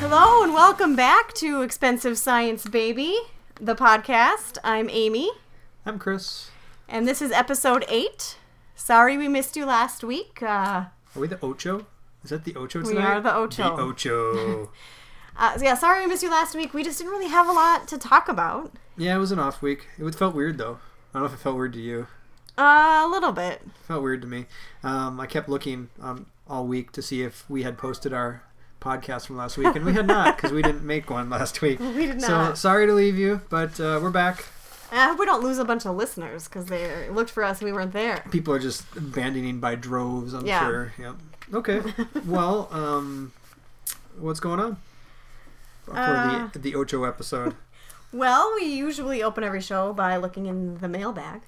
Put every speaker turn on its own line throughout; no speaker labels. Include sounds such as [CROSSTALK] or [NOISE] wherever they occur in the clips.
Hello and welcome back to Expensive Science Baby, the podcast. I'm Amy,
I'm Chris.
and this is episode eight. Sorry we missed you last week. Uh,
Are we the Ocho? Is that the Ocho
We
tonight?
are the Ocho. [LAUGHS]
The Ocho.
uh, so yeah, sorry we missed you last week. We just didn't really have a lot to talk about.
yeah, it was an off week. It would- felt weird though. I don't know if it felt weird to you.
Uh, a little bit.
It felt weird to me. Um, I kept looking um, all week to see if we had posted our podcast from last week, and we had not because
[LAUGHS]
we didn't make one last week.
We did
So
not.
sorry to leave you, but uh, we're back.
I hope we don't lose a bunch of listeners because they looked for us and we weren't there.
People are just abandoning by droves. I'm
Yeah.
sure. Yep. Okay.
[LAUGHS]
well, um, what's going on for
Uh,
the the Ocho episode?
Well, we usually open every show by looking in the mailbag.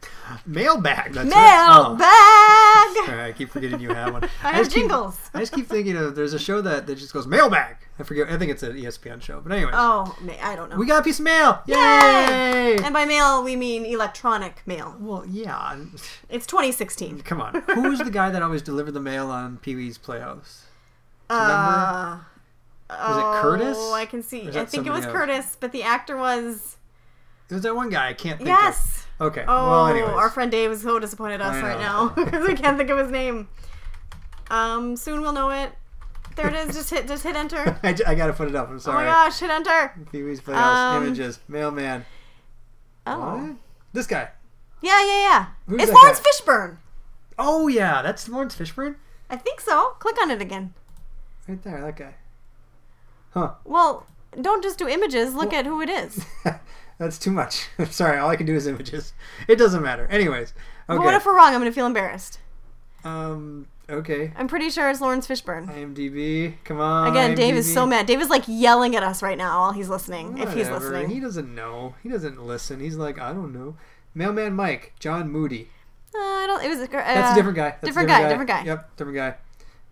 Mailbag. That's Right. Oh.
Mailbag! I
All right, I keep forgetting you
[LAUGHS]
have one.
have
just keep-
jingles.
I just keep thinking of there's a show that, that just goes mailbag. I forget. I think it's an E ESPN show, but anyways,
Oh, ma- I don't know.
we got a piece of mail. Yay!
Yay! And by mail, we mean electronic mail.
well, yeah.
It's 2016.
[LAUGHS] Come on. Who was the guy that always delivered the mail on Pee Wee's Playhouse?
Uh, was
it Curtis?
Oh, I can see.
Or is
I
that
think it was
somebody else?
Curtis, but the actor was
It was that one guy. I can't think.
yes.
Of. Okay.
Oh,
well, anyways.
our friend Dave is so disappointed at us
I
right now [LAUGHS]
know.
because we can't think of his name. Um, soon we'll know it. There it is. Just hit. Just hit enter.
[LAUGHS] I, j- I gotta put it up. I'm
Oh my
sorry.
gosh! Hit enter.
Pee Wee's Playhouse
Um,
images mailman.
Oh.
What? This guy.
Yeah, yeah, yeah.
Who's
it's
that
Lawrence
guy?
Fishburne.
Oh yeah, that's Lawrence Fishburne
I think so. Click on it again.
right there. That guy. Huh.
Well, don't just do images. Look at who it is.
That's too much. [LAUGHS] I'm sorry. All I can do is images. It doesn't matter. Anyways,
But
[LAUGHS] okay.
what if we're wrong? I'm gonna feel embarrassed.
um. Okay.
I'm pretty sure it's Lawrence Fishburne.
IMDb. Come on.
Again, Dave is
IMDb.
so mad. Dave is like yelling at us right now while he's listening. If he's
Whatever.
listening.
he doesn't know. He doesn't listen. He's like, I don't know. Mailman Mike, John Moody.
Uh, I don't. It was. Uh,
That's a different guy. That's a
different guy, different guy.
Yep, different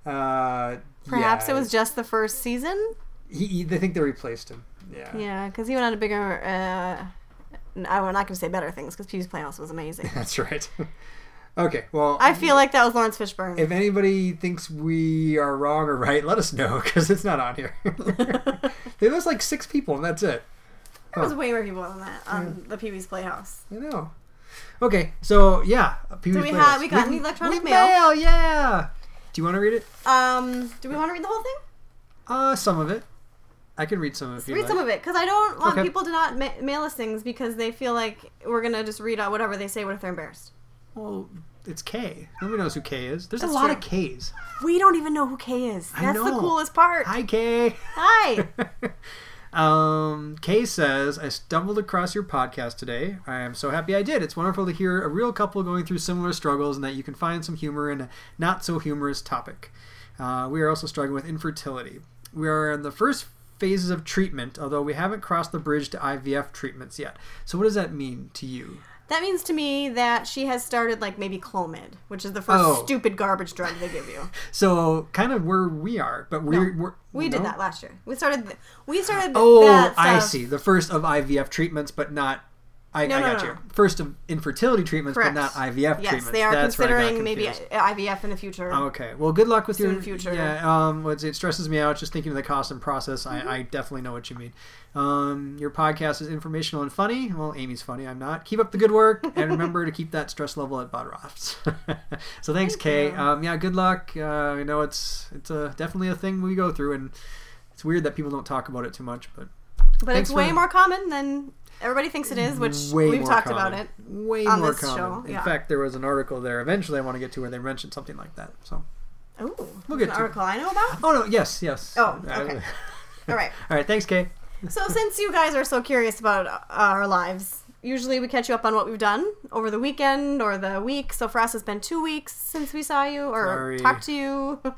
guy. Uh,
Perhaps
yeah,
it was just the first season.
He, he, they think they replaced him. Yeah.
Yeah, because he went on a bigger. Uh, n- I'm not gonna say better things because Pew's Playhouse was
[LAUGHS]
amazing.
[LAUGHS] That's right. okay. Well,
I feel like that was Lawrence Fishburne.
if anybody thinks we are wrong or right, let us know [LAUGHS] because it's not on
[LAUGHS]
here. they list like six people, and that's it.
there was way more people than that on
Hmm.
the Pee Wee's Playhouse.
I know. Okay, so yeah, Pee
So
Wee's
we
Playhouse.
had- we got an electronic
we
mail.
mail, Yeah. Do you want to read it?
Um, do we want to read the whole thing?
Uh, some of it. I can read some of it. if you
read
like.
some of it because I don't want
Okay.
people to not ma- mail us things because they feel like we're gonna just read out whatever they say. What if they're embarrassed?
Well, it's K. Nobody knows who K is. There's
That's
a lot of Ks.
We don't even know who Kay is.
I
That's the
know.
coolest part.
Hi, K.
Hi.
[LAUGHS] um, Kay says, I stumbled across your podcast today. I am so happy I did. It's wonderful to hear a real couple going through similar struggles and that you can find some humor in a not so humorous topic. Uh, we are also struggling with infertility. We are in the first phases of treatment, although we haven't crossed the bridge to IVF treatments yet. So, what does that mean to you?
That means to me that she has started like maybe Clomid, which is the first
Oh.
stupid garbage drug they give you.
So, kind of where we are, but we're. we're
We did
no?
that last year. We started. Th- we started. th-
Oh,
that
I
stuff.
see. The first of IVF treatments, but not. I,
No,
I
no,
got
no.
you. First of infertility treatments,
Correct.
but not IVF
Yes,
treatments.
they are
That's where I got
considering maybe
confused. Oh,
IVF in the future.
Okay. Well, good luck with
Soon
your
future.
Yeah. Um. what's- It stresses me out just thinking of the cost and process.
Mm-hmm.
I, I definitely know what you mean. Um. Your podcast is informational and funny. Well, Amy's funny. I'm not. Keep up the good work and remember to keep that stress level at Bodroff's. [LAUGHS] so thanks, Kay. Um. Yeah. Good luck. Uh, I know it's it's a, definitely a thing we go through, and it's weird that people don't talk about it too much, but
but
thanks
it's way
for-
more common than everybody thinks it is, which we've talked about
common.
it.
Way
on
more
this
common.
show,
In
yeah.
fact, there was an article there. Eventually, I want to get to where they mentioned something like that. So.
Oh,
We'll
there's
get
an
to-
article I know about.
Oh no! Yes, yes.
Oh, okay. All right.
[LAUGHS] All right. Thanks, Kay.
So, since you guys are so curious about uh, our lives, usually we catch you up on what we've done over the weekend or the week. So, for us, it's been two weeks since we saw you or
Sorry.
talked to you. [LAUGHS]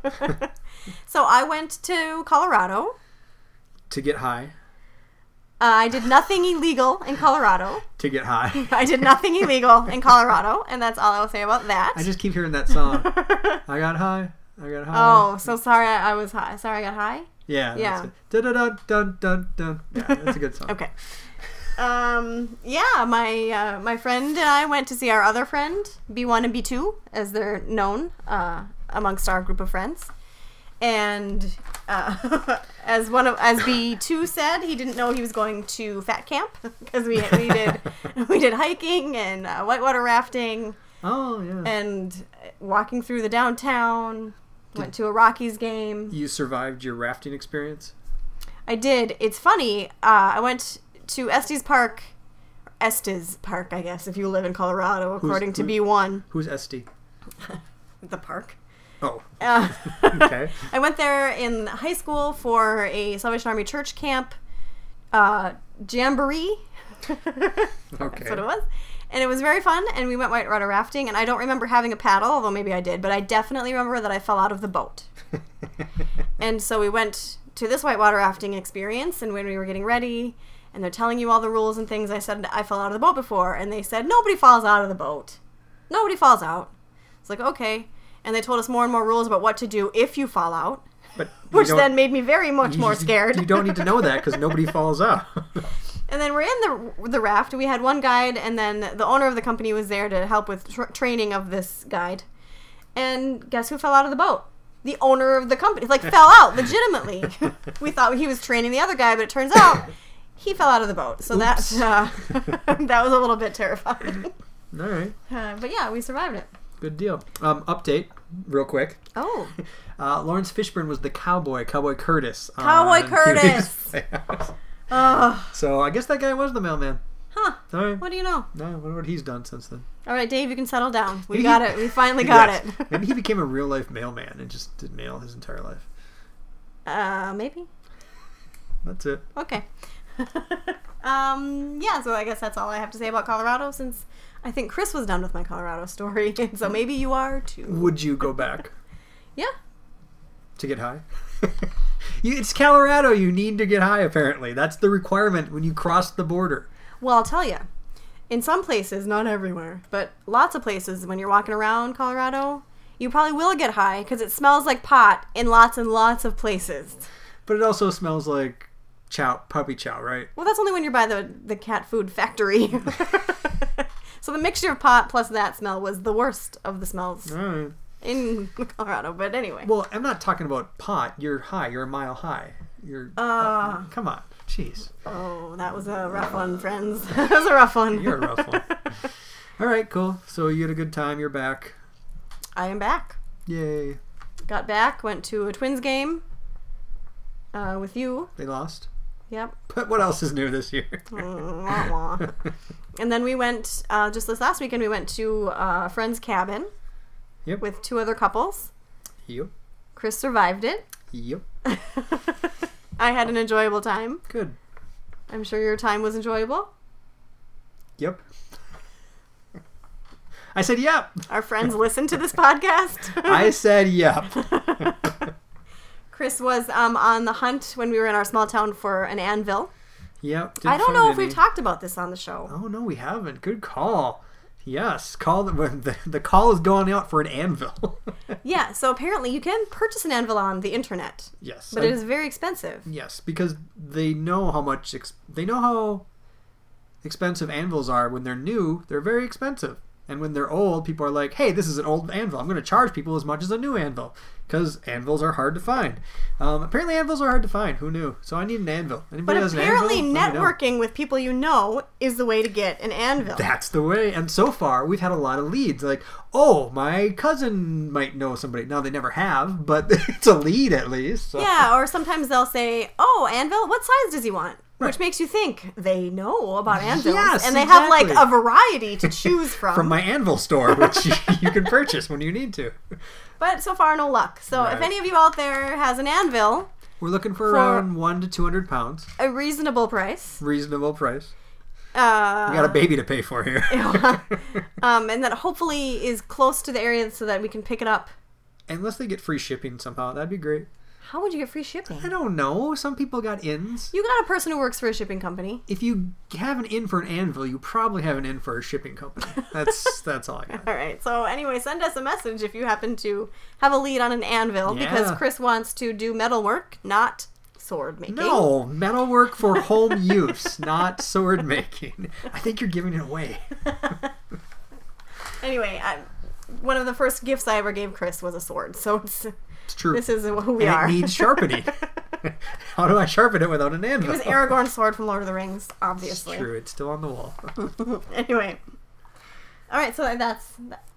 so, I went to Colorado.
To get high.
Uh, I did nothing illegal in Colorado.
To get high. [LAUGHS]
I did nothing illegal in Colorado, and that's all I will say about that. [LAUGHS]
I just uh, keep hearing that song. I got high. I got high.
oh, so sorry I I was high. Sorry I got high.
Yeah.
yeah.
That's it. Dun, dun, dun, dun, dun. Yeah, that's a good song.
Okay. Um, yeah, my uh, my friend and I went to see our other friend, B1 and B2, as they're known uh, amongst our group of friends. and uh, [LAUGHS] as one of as B two said, he didn't know he was going to fat camp [LAUGHS] because we, we did [LAUGHS] we did hiking and uh, whitewater rafting
Oh yeah.
and walking through the downtown. Went to a Rockies game.
you survived your rafting experience.
I did. It's funny. Uh, I went to Estes Park, Estes Park, I guess, if you live in Colorado, according to
who-
B1,
Who's Esty?
the park.
Oh,
[LAUGHS] Uh,
okay.
[LAUGHS] I went there in high school for a Salvation Army church camp uh,
[LAUGHS]
jamboree.
Okay.
That's what it was. And it was very fun, and we went white water rafting. And I don't remember having a paddle, although maybe I did, but I definitely remember that I fell out of the boat. And so we went to this whitewater rafting experience, and when we were getting ready, and they're telling you all the rules and things, I said, I fell out of the boat before. And they said, nobody falls out of the boat. Nobody falls out. It's like, okay. And they told us more and more rules about what to do if you fall out,
but you
which
don't-
then made me very much
[LAUGHS] you-
more
you-
scared.
You don't need to know that
[LAUGHS]
because nobody falls [LAUGHS] out.
and then we're in the, the raft. We had one guide, and then the owner of the company was there to help with tr training of this guide. And guess who fell out of the boat? The owner of the company,
[LAUGHS]
like, fell out legitimately. [LAUGHS] we thought he was training the other guy, but it turns out he fell out of the boat. So that
Oops. [LAUGHS]
uh, [LAUGHS] that was a little bit terrifying.
All right,
Uh, but yeah, we survived it.
good deal. Um, update, real quick.
Oh,
Uh, Lawrence Fishburne was the cowboy, Cowboy Curtis. Um, on
Cowboy
[LAUGHS] Kiwi's
Curtis.
Playhouse.
oh,
so I guess that guy was the mailman.
huh?
All right.
What do you know?
No, I wonder what he's done since then.
All right, Dave, you can settle down. We
Maybe-
got it. We
[LAUGHS]
finally got
Yes.
it. [LAUGHS]
Maybe he became a real life mailman and just did mail his entire life.
Uh, maybe.
That's it.
Okay. [LAUGHS] um, yeah, so I guess that's all I have to say about Colorado since I think Chris was done with my Colorado [LAUGHS] story. And so maybe you are too.
Would you go back
Yeah.
to get high? [LAUGHS] you, it's Colorado. You need to get high, apparently. That's the requirement when you cross the border.
Well, I'll tell you. In some places, not everywhere, but lots of places, when you're walking around Colorado, you probably will get high because it smells like pot in lots and lots of places.
But it also smells like chow, puppy chow, right?
Well, that's only when you're by the, the cat food factory. [LAUGHS] so the mixture of pot plus that smell was the worst of the smells
All right.
in Colorado. But anyway.
Well, I'm not talking about pot. You're high. You're a mile high. You're. uh,
Ah.
come on. Jeez.
Oh, that was a rough one, friends. [LAUGHS] that was a rough one.
You're a rough one. All right, cool. So you had a good time. You're back.
[LAUGHS] I am back.
Yay.
Got back, went to a Twins game uh, with you.
They lost.
Yep. [LAUGHS]
But what else is new this year? [LAUGHS]
Mm, wah, wah. and then we went, uh, just this last weekend, we went to uh, a friend's cabin
Yep.
with two other couples.
Yep.
Chris survived it. [LAUGHS]
Yep.
I had an enjoyable time.
Good.
I'm sure your time was enjoyable.
Yep. I said yep.
[LAUGHS] Our friends listened to
[LAUGHS]
this podcast. [LAUGHS]
I said yep. [LAUGHS]
Chris was um, on the hunt when we were in our small town for an anvil.
Yep.
I
didn't
don't
find
know if
any.
we've talked about this on the show.
Oh no, we haven't. Good call. Yes, call the [LAUGHS] the, the call is going out for an anvil. [LAUGHS]
Yeah, so apparently you can purchase an anvil on the internet,
yes,
but
I-
it is very expensive.
yes because they know how much ex- they know how expensive anvils are when they're new. They're very expensive, and when they're old, people are like, "Hey, this is an old anvil. I'm going to charge people as much as a new anvil because anvils are hard to find." Um, apparently, anvils are hard to find. Who knew? So I need an anvil. Anybody
But
has an
apparently,
anvil? Let me know.
networking with people you know is the way to get an anvil.
That's the way. And so far, we've had a lot of leads. Like, oh, my cousin might know somebody. Now they never have, but [LAUGHS] it's a lead at least.
[LAUGHS]
So.
yeah, or sometimes they'll say, "Oh, anvil, what size does he want?"
Right.
Which makes you think they know about anvils,
Yes,
and they have
exactly.
like a variety to
[LAUGHS]
choose from.
From my anvil store, which [LAUGHS] you, you can purchase when you need to.
but so far, no luck. So if
Right.
any of you out there has an anvil,
We're looking for, around one to two hundred pounds,
a reasonable price,
reasonable price.
uh,
We got a baby to pay for here,
[LAUGHS] um, and that hopefully is close to the area so that we can pick it up.
[LAUGHS] unless they get free shipping somehow. That'd be great.
How would you get free shipping?
I don't know. Some people got ins.
You got a person who works for a shipping company.
If you have an in for an anvil, you probably have an in for a shipping company. That's
[LAUGHS]
that's all I got.
All right. So anyway, send us a message if you happen to have a lead on an anvil because
Yeah.
Chris wants to do metal work, not sword making.
No, metalwork for home use, not sword making. I think you're giving it away.
Anyway, I, one of the first gifts I ever gave Chris was a sword, so it's
It's true.
This is who we
and
are.
It
[LAUGHS]
needs sharpening. [LAUGHS] How do I sharpen it without an anvil?
it was Aragorn's sword from Lord of the Rings, obviously.
It's true. It's still on the wall. [LAUGHS]
Anyway, all right. So that's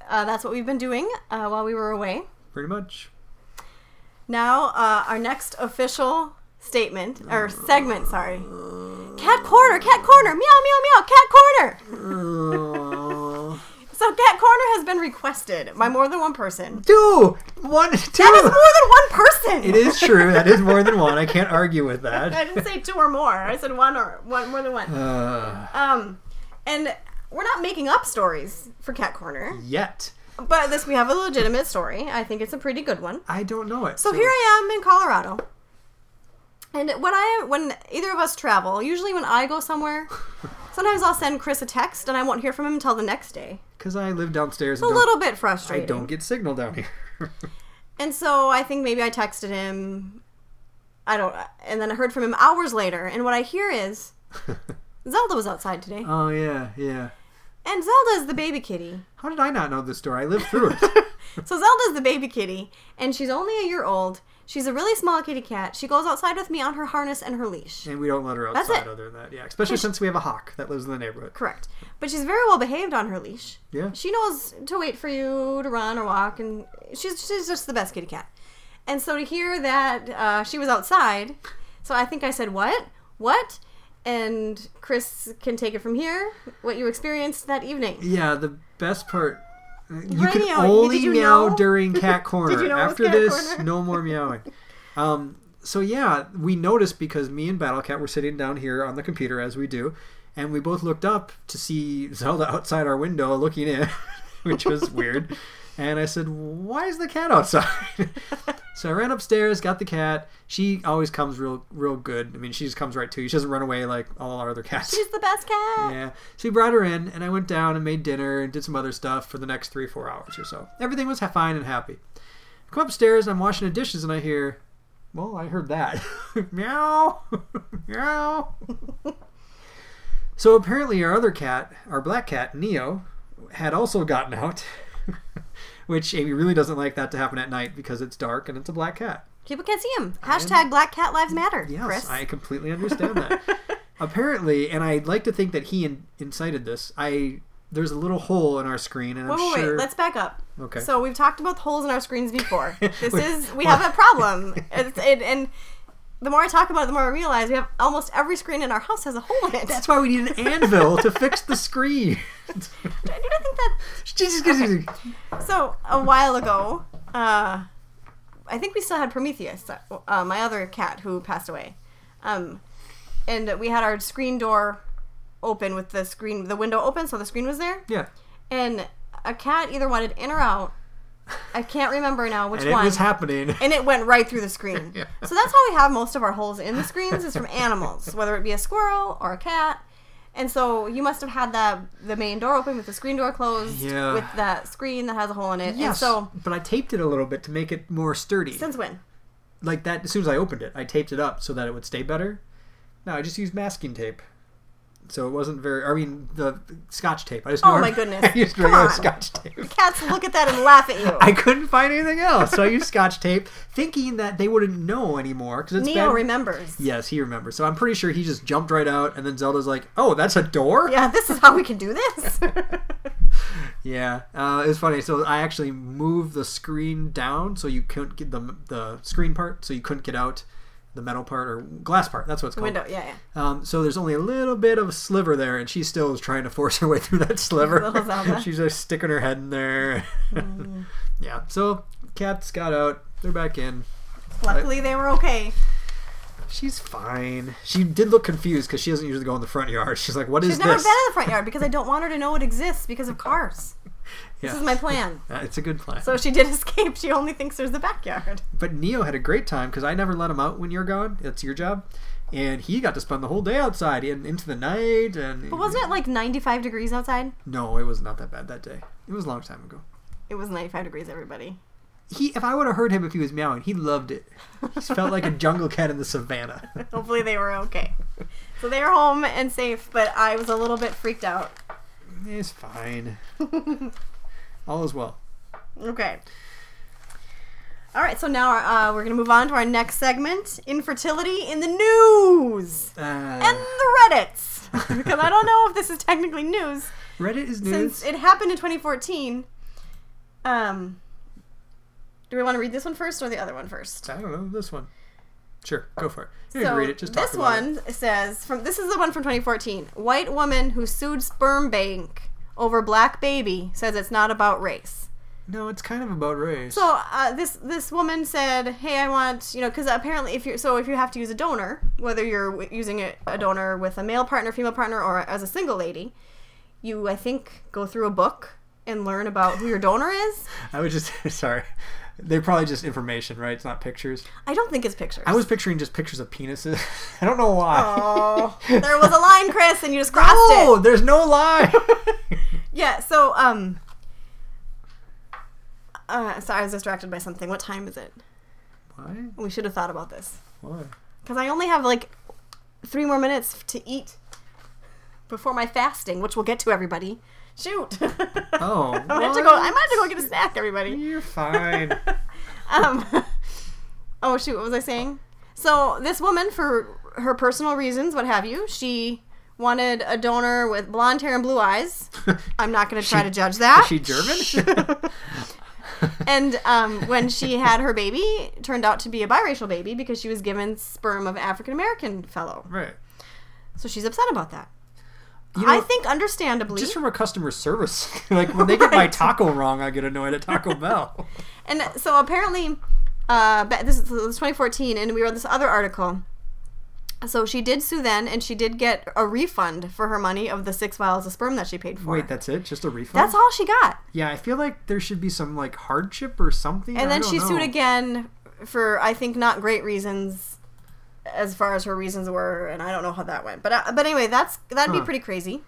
uh, that's what we've been doing uh, while we were away.
Pretty much.
Now uh, our next official statement or segment. Sorry, cat corner, cat corner, meow meow meow, cat corner.
Uh,
So cat corner has been requested by more than one person.
two, one, two.
That is more than one person. [LAUGHS]
It is true. That is more than one. I can't argue with that.
I didn't say two or more. I said one or one more than one.
Uh,
Um, and we're not making up stories for cat corner,
yet,
but this we have a legitimate story. I think it's a pretty good one.
I don't know it.
So here I am in Colorado. And when I when either of us travel, usually when I go
[LAUGHS]
somewhere, sometimes I'll send Chris a text and I won't hear from him until the next day.
because I live downstairs
It's
and
a
don't,
little bit
I
frustrating.
don't get signal down here. [LAUGHS]
And so I think maybe I texted him. I don't and then I heard from him hours later and what I hear is Zelda was outside today.
oh yeah, yeah.
And Zelda is the baby kitty.
How did I not know this story? I lived through it.
[LAUGHS] So Zelda's the baby kitty, and she's only a year old. She's a really small kitty cat. She goes outside with me on her harness and her leash.
and we don't let her
That's
outside
it.
other than that. Yeah, especially since we have a hawk that lives in the neighborhood.
Correct. But she's very well behaved on her leash.
Yeah.
She knows to wait for you to run or walk, and she's, she's just the best kitty cat. And so to hear that uh, she was outside, so I think I said, What? What? And Chris can take it from here, what you experienced that evening.
Yeah, the best part. You
Radio,
can
you-
only
did you
meow
know? [LAUGHS]
during cat corner.
Did you know it was
After
cat
this,
corner?
no more meowing. Um, so yeah, we noticed because me and Battlecat were sitting down here on the computer as we do, and we both looked up to see Zelda outside our window looking in, [LAUGHS] which was weird. And I said, "Why is the cat outside?" [LAUGHS] so I ran upstairs, got the cat. She always comes real, real good. I mean, she just comes right to you. She doesn't run away like all our other cats.
She's the best cat.
Yeah. So we brought her in, and I went down and made dinner and did some other stuff for the next three, four hours or so. Everything was ha- fine and happy. I come upstairs, and I'm washing the dishes, and I hear, well, I heard that. [LAUGHS] meow. [LAUGHS] meow. so apparently, our other cat, our black cat, Neo, had also gotten out, [LAUGHS] which Amy really doesn't like that to happen at night because it's dark and it's a black cat.
People can't see him. Hashtag Black Cat Lives Matter,
Yes,
Chris.
I completely understand that.
[LAUGHS]
Apparently, and I'd like to think that he in- incited this. I there's a little hole in our screen, and
Wait,
I'm
Oh, wait,
sure.
wait. Let's back up.
Okay.
So we've talked about the holes in our screens
[LAUGHS]
before. This
We-
is we have a problem.
[LAUGHS]
It's, it, and the more I talk about it, the more I realize we have almost every screen in our house has a hole in it.
That's why we need an anvil to fix the screen.
[LAUGHS]
[LAUGHS]
I do think that.
Jesus, Jesus.
So a while ago, uh, I think we still had Prometheus, uh, my other cat who passed away, um, and we had our screen door open with the screen, the window open, so the screen was there.
Yeah.
And a cat either wanted in or out. I can't remember now which
And it
one.
was happening.
and it went right through the screen.
[LAUGHS] Yeah.
So that's how we have most of our holes in the screens is from animals, whether it be a squirrel or a cat. And so you must have had the the main door open with the screen door closed
Yeah.
with that screen that has a hole in it. And
Yes,
so
but I taped it a little bit to make it more sturdy.
since when?
like that, as soon as I opened it, I taped it up so that it would stay better. No, I just used masking tape, so it wasn't very. I mean, the Scotch tape. I just
Oh
nor-
my goodness.
[LAUGHS] I used
Come
regular
on.
Scotch tape.
Cats look at that and laugh at you.
[LAUGHS] I couldn't find anything else, so I used Scotch tape, thinking that they wouldn't know anymore because it's
Neo
been-
remembers.
Yes, he remembers. So I'm pretty sure he just jumped right out, and then Zelda's like, "Oh, that's a door."
Yeah, this is how we can do this. [LAUGHS]
[LAUGHS] Yeah, uh, it was funny. So I actually moved the screen down so you couldn't get the the screen part, so you couldn't get out the metal part or glass part. That's what it's called.
Window, yeah, yeah.
Um, so there's only a little bit of a sliver there, and she still is trying to force her way through that sliver.
Little Zelda.
[LAUGHS] She's just sticking her head in there.
Mm.
[LAUGHS] yeah. So cats got out. They're back in.
Luckily they were okay.
She's fine. She did look confused because she doesn't usually go in the front yard. She's like, "What is
She's never
this?"
been in the front yard because I don't want her to know it exists because of cars. This
[LAUGHS] Yeah.
is my plan.
Uh, it's a good plan.
So if she did [LAUGHS] escape. She only thinks there's the backyard.
but Neo had a great time because I never let him out when you're gone. That's your job. And he got to spend the whole day outside and into the night. And
But wasn't it like 95 degrees outside?
No, it was not that bad that day. It was a long time ago.
It was 95 degrees, everybody.
He, if I would have heard him if he was meowing, he loved it. He felt like a jungle cat in the savannah.
Hopefully they were okay. So they were home and safe, but I was a little bit freaked out.
it's fine. All is well.
Okay. All right, so now uh, we're going to move on to our next segment infertility in the news and
Uh,
the Reddits. because I don't know if this is technically news
Reddit is news.
since it happened in 2014. Um, do we want to read this one first or the other one first?
I don't know this one. Sure, go for it. You can read it. Just talk
this
about it.
one says from this is the one from 2014. White woman who sued sperm bank over black baby says it's not about race.
No, it's kind of about race.
So uh, this this woman said, "Hey, I want you know because apparently if you so if you have to use a donor, whether you're w- using a, a donor with a male partner, female partner, or as a single lady, you I think go through a book and learn about who your donor is.
I was just [LAUGHS] sorry. They're probably just information, right? It's not pictures.
I don't think it's pictures.
I was picturing just pictures of penises. [LAUGHS] I don't know why.
oh, there
[LAUGHS]
was a line, Chris, and you just crossed it.
Oh, there's [LAUGHS] no
[LAUGHS]
lie.
Yeah, so um uh sorry, I was distracted by something. What time is it?
why?
We should have thought about this.
Why?
Cuz I only have like 3 more minutes to eat before my fasting, which we'll get to everybody. Shoot. [LAUGHS]
Oh,
I might have to go I might have to go get a snack [LAUGHS] everybody.
You're fine.
Um Oh shoot, what was I saying? So, this woman for her personal reasons, what have you, she wanted a donor with blonde hair and blue eyes. I'm not going to try
She-
to judge that.
Is she [LAUGHS] German?
[LAUGHS] And um, when she had her baby, it turned out to be a biracial baby because she was given sperm of African American fellow.
right.
So she's upset about that.
You know,
I think understandably.
just from a customer service, [LAUGHS] like when they get my
Right.
taco wrong, I get annoyed at
[LAUGHS]
Taco Bell.
and so apparently, uh, ba- this is this was 2014, and we read this other article. So she did sue then, and she did get a refund for her money of the six vials of sperm that she paid for.
Wait, that's it? Just a refund?
That's all she got.
Yeah, I feel like there should be some like hardship or something.
And
I
then
don't
she
know.
sued again for I think not great reasons, as far as her reasons were, and I don't know how that went. But uh, but anyway, that's that'd be
Huh.
pretty crazy.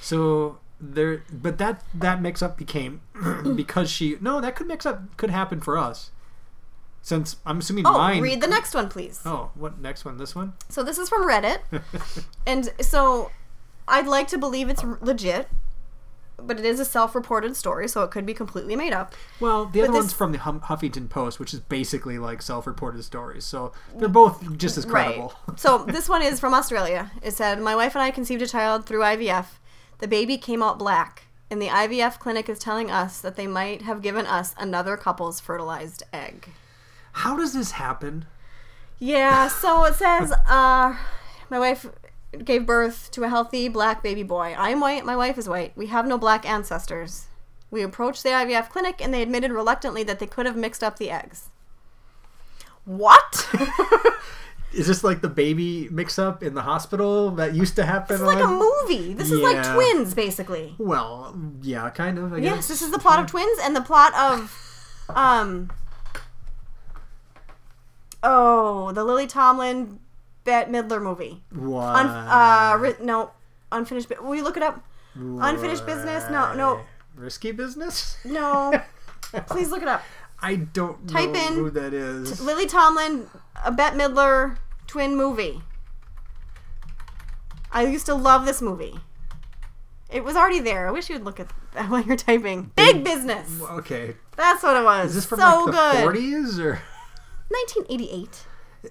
So there, but that that mix up became [CLEARS THROAT] because she. No, that could mix up could happen for us, since I'm assuming
Oh,
mine.
read the next one, please.
Oh, what next one? This one? [LAUGHS]
So this is from Reddit, and so I'd like to believe it's r- legit, but it is a self-reported story, so it could be completely made up.
Well, the other
this-
one's from the hum- Huffington Post, which is basically like self-reported stories. So they're both just as credible.
Mm.
[LAUGHS]
Right. So this one is from Australia. It said, "My wife and I conceived a child through IVF. The baby came out black, and the IVF clinic is telling us that they might have given us another couple's fertilized egg."
How does this happen?
Yeah. So it says, uh, "My wife gave birth to a healthy black baby boy. I'm white. My wife is white. We have no black ancestors." We approached the IVF clinic and they admitted reluctantly that they could have mixed up the eggs. [LAUGHS] What?
Is this like the baby mix-up in the hospital that used to happen?
This is like a
on-
movie. This is like
Yeah.
twins, basically.
Well, yeah, kind of. I
Yes,
guess.
this is the plot of Twins and the plot of, um, oh, the Lily Tomlin, Bette Midler movie.
What?
Un- uh, ri- no, unfinished. Bu- Will you look it up? Unfinished business? No, no,
Risky business.
[LAUGHS] no. Please look it up.
[LAUGHS] I don't
Type
know
in
who that is.
Lily Tomlin, a Bette Midler twin movie. I used to love this movie. It was already there. I wish you'd look at that [LAUGHS] while you're typing. Big business.
okay,
That's what it was.
is this from
so
like the
good.
40s or?
1988.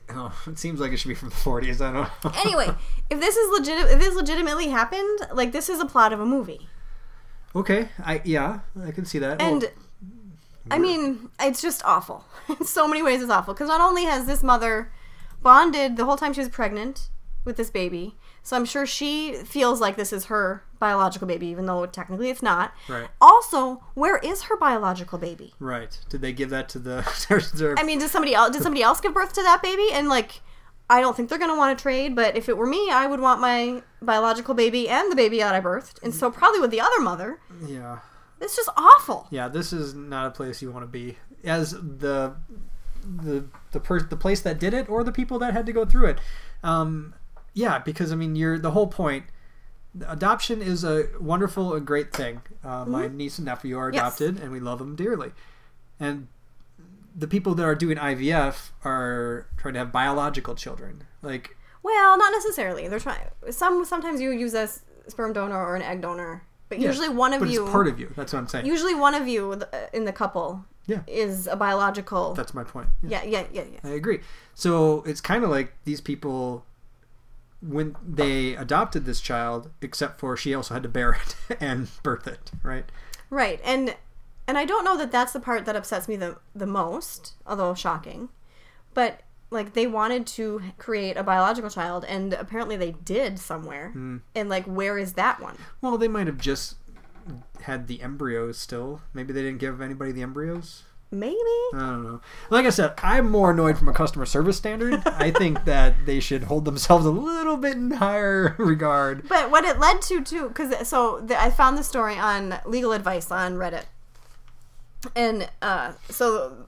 Oh, it seems like it should be from the 40s. I don't know.
Anyway, if this is legit, if this legitimately happened, like this is a plot of a movie,
[LAUGHS] okay, I yeah, I can see that.
and
Well,
I mean, it's just awful. [LAUGHS] In so many ways, it's awful because not only has this mother bonded the whole time she was pregnant with this baby, so I'm sure she feels like this is her biological baby, even though technically it's not.
Right.
Also, where is her biological baby?
right? Did they give that to the? [LAUGHS] their-
I mean, did somebody else did somebody else give birth to that baby? And like, I don't think they're gonna want to trade. But if it were me, I would want my biological baby and the baby that I birthed, and so probably with the other mother.
yeah,
It's just awful.
yeah. This is not a place you want to be as the the the per- the place that did it or the people that had to go through it. Um, yeah, because I mean, you're the whole point. Adoption is a wonderful and great thing. Uh, My niece and nephew are
Mm-hmm. Yes.
adopted, and we love them dearly. And the people that are doing IVF are trying to have biological children. Like,
Well, not necessarily. They're trying. Some sometimes you use a s- sperm donor or an egg donor, but
yeah,
usually one of
but
you.
it's part of you. That's what I'm saying.
usually one of you th- uh, in the couple
Yeah.
is a biological.
That's my point. Yeah.
yeah, yeah, yeah, yeah.
I agree. So it's kind of like these people, when they adopted this child, except for she also had to bear it [LAUGHS] and birth it, right?
Right, and and I don't know that that's the part that upsets me the the most, although shocking. But like they wanted to create a biological child, and apparently they did somewhere.
Hmm.
And like, where is that one?
Well, they might have just had the embryos still. Maybe they didn't give anybody the embryos.
Maybe.
I don't know. Like I said, I'm more annoyed from a customer service standard. I
[LAUGHS]
think that they should hold themselves a little bit in higher [LAUGHS] regard.
But what it led to too, because so the, I found the story on legal advice on Reddit, and uh, so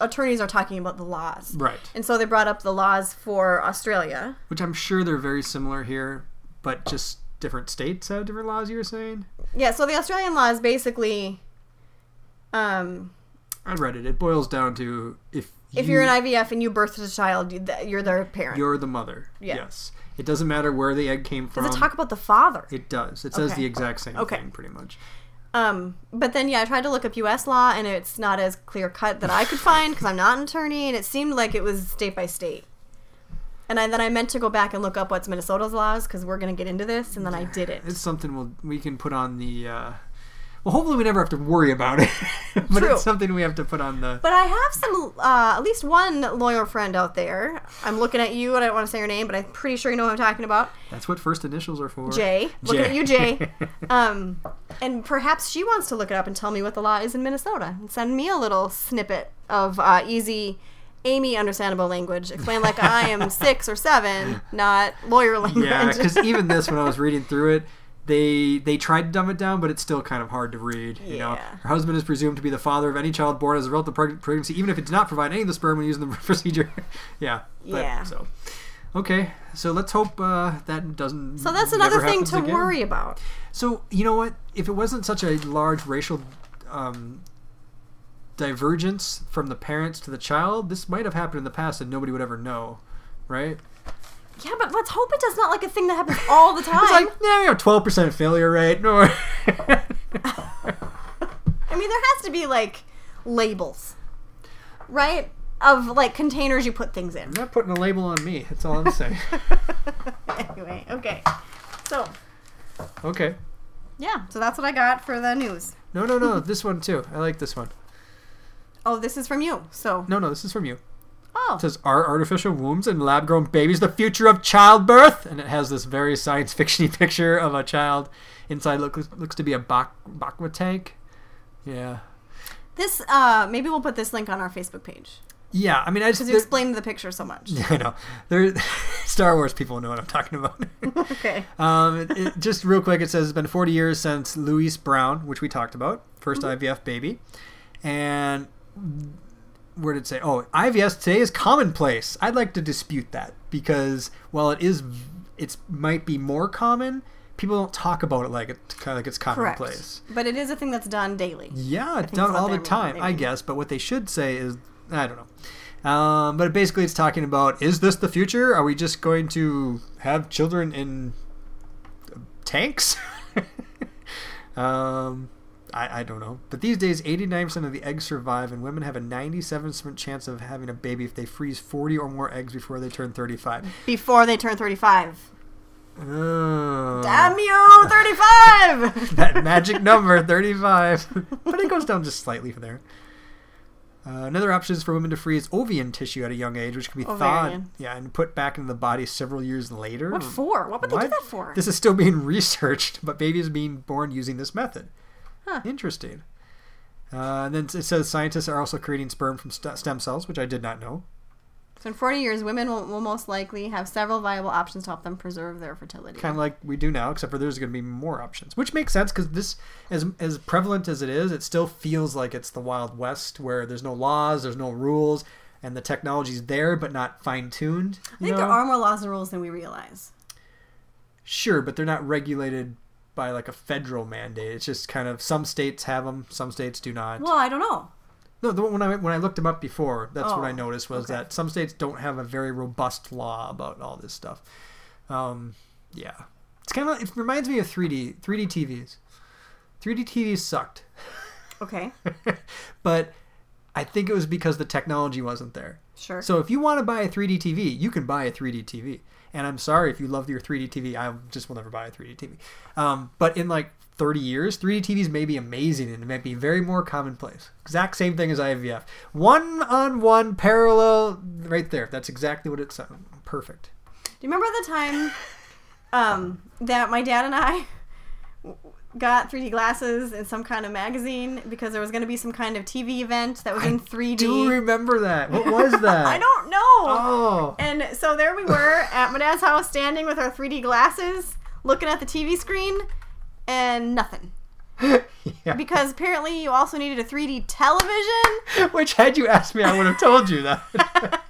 attorneys are talking about the laws,
Right.
and so they brought up the laws for Australia.
Which I'm sure they're very similar here, but just different states have different laws, you were saying?
Yeah, so the Australian law is basically, um,
I read it. It boils down to if
if you're an IVF and you birthed a child, you- th- you're their parent.
you're the mother.
Yeah.
Yes. It doesn't matter where the egg came from.
Does it talk about the father?
It does. It says
Okay.
the exact same
Okay.
thing, pretty much.
Um, but then yeah, I tried to look up U.S. law, and it's not as clear cut that I could find because I'm not an attorney, and it seemed like it was state by state. And I, then I meant to go back and look up what's Minnesota's laws because we're gonna get into this, and then I didn't.
It's something we'll, we can put on the. Uh, well, hopefully we never have to worry about it. [LAUGHS] but
True.
it's something we have to put on the.
But I have some, uh, at least one lawyer friend out there. I'm looking at you, and I don't want to say your name, but I'm pretty sure you know who I'm talking about.
That's what first initials are for.
Jay, looking
Jay.
at you,
[LAUGHS]
Jay. Um, and perhaps she wants to look it up and tell me what the law is in Minnesota and send me a little snippet of uh, easy, Amy understandable language. Explain like I
[LAUGHS]
am six or seven, not lawyer language.
Yeah, because even this, when
[LAUGHS]
I was reading through it, they they tried to dumb it down, but it's still kind of hard to read. You know,
Yeah.
her husband is presumed to be the father of any child born as a result of preg- pregnancy, even if it did not provide any of the sperm when using the [LAUGHS] procedure. yeah.
Yeah.
So, okay, so let's hope uh, that doesn't.
so that's another
never
thing
happens
to
again.
worry about.
So you know what? If it wasn't such a large racial um, divergence from the parents to the child, this might have happened in the past, and nobody would ever know, right?
Yeah, but let's hope it does not like a thing that happens all the time.
[LAUGHS] It's like, yeah, we have twelve percent failure rate. [LAUGHS] No.
I mean, there has to be like labels, right? Of like containers you put things in. [LAUGHS]
I'm not putting a label on me. That's all I'm [LAUGHS] saying.
anyway, okay. So
okay.
yeah, so that's what I got for the news.
No, no, no. This one too. I like this one.
Oh, this is from you. So
No, no. This is from you.
oh,
It says, "Are artificial wombs and lab-grown babies the future of childbirth?" And it has this very science fictiony [LAUGHS] picture of a child inside look, looks to be a bak, bakwa tank. Yeah,
this uh, maybe we'll put this link on our Facebook page
yeah. I mean, I just
because you
[LAUGHS]
explained the picture so much.
I know there. [LAUGHS] Star Wars people know what I'm talking about.
[LAUGHS]
[LAUGHS]
okay.
um, it, it- just real quick, it says it's been 40 years since Louise Brown, which we talked about, 1st IVF baby, and where did it say? Oh, IVS today is commonplace. I'd like to dispute that because while it is, it's might be more common. People don't talk about it like it kind of like it's
Correct.
commonplace.
But it is a thing that's done daily.
Yeah, it's
it's
done
what
all the
they're
time, I
wanting.
guess. But what they should say is, I don't know. Um, but basically, it's talking about: is this the future? Are we just going to have children in tanks? [LAUGHS] um, I, I don't know. But these days, 89% of the eggs survive, and women have a 97% chance of having a baby if they freeze 40 or more eggs before they turn 35.
Before they turn thirty-five.
Oh.
Damn
[LAUGHS]
you, thirty-five!
that magic number, 35. but it goes down just slightly from there. Uh, another option is for women to freeze ovian tissue at a young age, which can be thawed,
Ovarian.
yeah, and put back into the body several years later.
[LAUGHS] What for? What would they do
What?
that for?
This is still being [LAUGHS] researched, but babies are being born using this method.
Huh.
Interesting. Uh, and then it says scientists are also creating sperm from st- stem cells, which I did not know.
so in forty years, women will, will most likely have several viable options to help them preserve their fertility.
kind of like we do now, except for there's going to be more options, which makes sense because this, as as prevalent as it is, it still feels like it's the Wild West where there's no laws, there's no rules, and the technology's there but not fine tuned.
I think there are more laws and rules than we realize.
sure, but they're not regulated by like a federal mandate. It's just kind of some states have them, some states do not.
Well, I don't know.
No, the one when I when I looked them up before, that's what I
Oh,
noticed was
okay.
that some states don't have a very robust law about all this stuff. Um, yeah, it's kind of it reminds me of 3D 3D TVs. 3D TVs sucked,
Okay.
[LAUGHS] but I think it was because the technology wasn't there.
Sure.
So if you want to buy a 3D TV, you can buy a 3D TV. And I'm sorry if you love your 3D TV, I just will never buy a 3D TV. Um, but in like 30 years, 3D TVs may be amazing and may be very more commonplace. Exact same thing as IVF. One on one parallel, right there. That's exactly what it sounds. Perfect.
Do you remember the time um, that my dad and I got 3D glasses in some kind of magazine because there was going to be some kind of TV event that was in 3D?
Do you remember
[LAUGHS]
that? What was that?
I don't know.
Oh.
And so there we were at my dad's house standing with our 3D glasses looking at the TV screen and nothing.
[LAUGHS] Yeah.
Because apparently you also needed a 3D television.
Which, had you asked me, I would have told you that.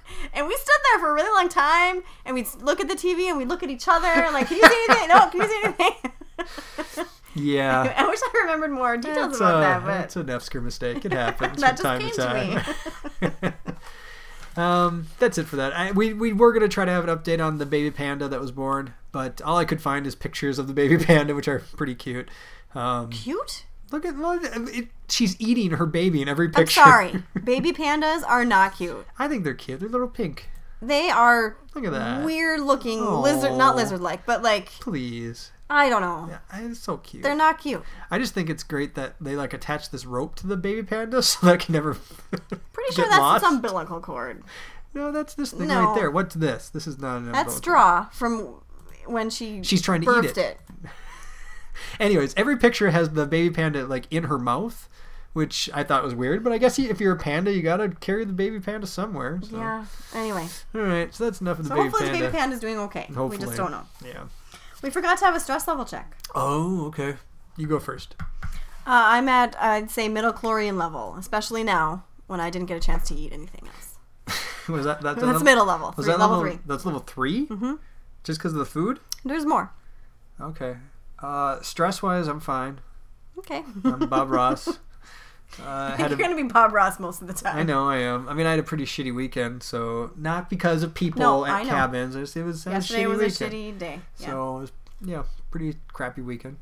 [LAUGHS] and we stood there for a really long time and we'd look at the TV and we'd look at each other like, can you see anything? No, can you see anything? [LAUGHS]
yeah.
I wish I remembered more details
That's
about
a,
that,
that's
but
a Nefsker mistake. It happens
[LAUGHS] That
from time
just
to
came
time.
to [LAUGHS]
um, that's it for that. I, we, we were going to try to have an update on the baby panda that was born, but all I could find is pictures of the baby [LAUGHS] panda, which are pretty cute. Um,
cute.
look at look, at- it, she's eating her baby in every
I'm
picture. [LAUGHS]
sorry, baby pandas are not cute.
I think they're cute. They're little pink.
They are
Look at that.
weird looking
Aw.
lizard, not lizard like, but like
Please.
I don't know.
Yeah, it's so cute.
They're not cute.
I just think it's great that they like attach this rope to the baby panda [LAUGHS] so that it can never. [LAUGHS]
Pretty sure
get
that's
lost.
its umbilical cord.
No, that's this thing
No.
right there. What's this? This is not an
That's
umbilical.
straw from when she
She's trying to eat
birthed
it. Anyways, every picture has the baby panda like in her mouth, which I thought was weird. But I guess if you're a panda, you gotta carry the baby panda somewhere. So.
Yeah. Anyway,
All right, so that's enough of the
so
baby
hopefully
panda.
the baby panda is doing okay. We
Hopefully.
just don't know.
Yeah.
We forgot to have a stress level check.
Oh, okay. You go first. [LAUGHS]
Uh, I'm at I'd say middle chlorine level, especially now when I didn't get a chance to eat anything else.
was that that's,
That's
another-
middle level.
Was
Three,
that
level
level
three.
That's level 3 Mm-hmm. Just because of the food.
There's more.
Okay. Uh, stress wise, I'm fine.
Okay.
I'm Um,
[LAUGHS]
Bob Ross. Uh, had
You're
a,
going to be Bob Ross most of the time.
I know I am. I mean, I had a pretty shitty weekend, so not because of people
No, I
at
know.
cabins. I just, it was, it was a
[LAUGHS] Yesterday
shitty
was a
weekend.
shitty day. Yeah.
So it was, yeah, pretty crappy weekend.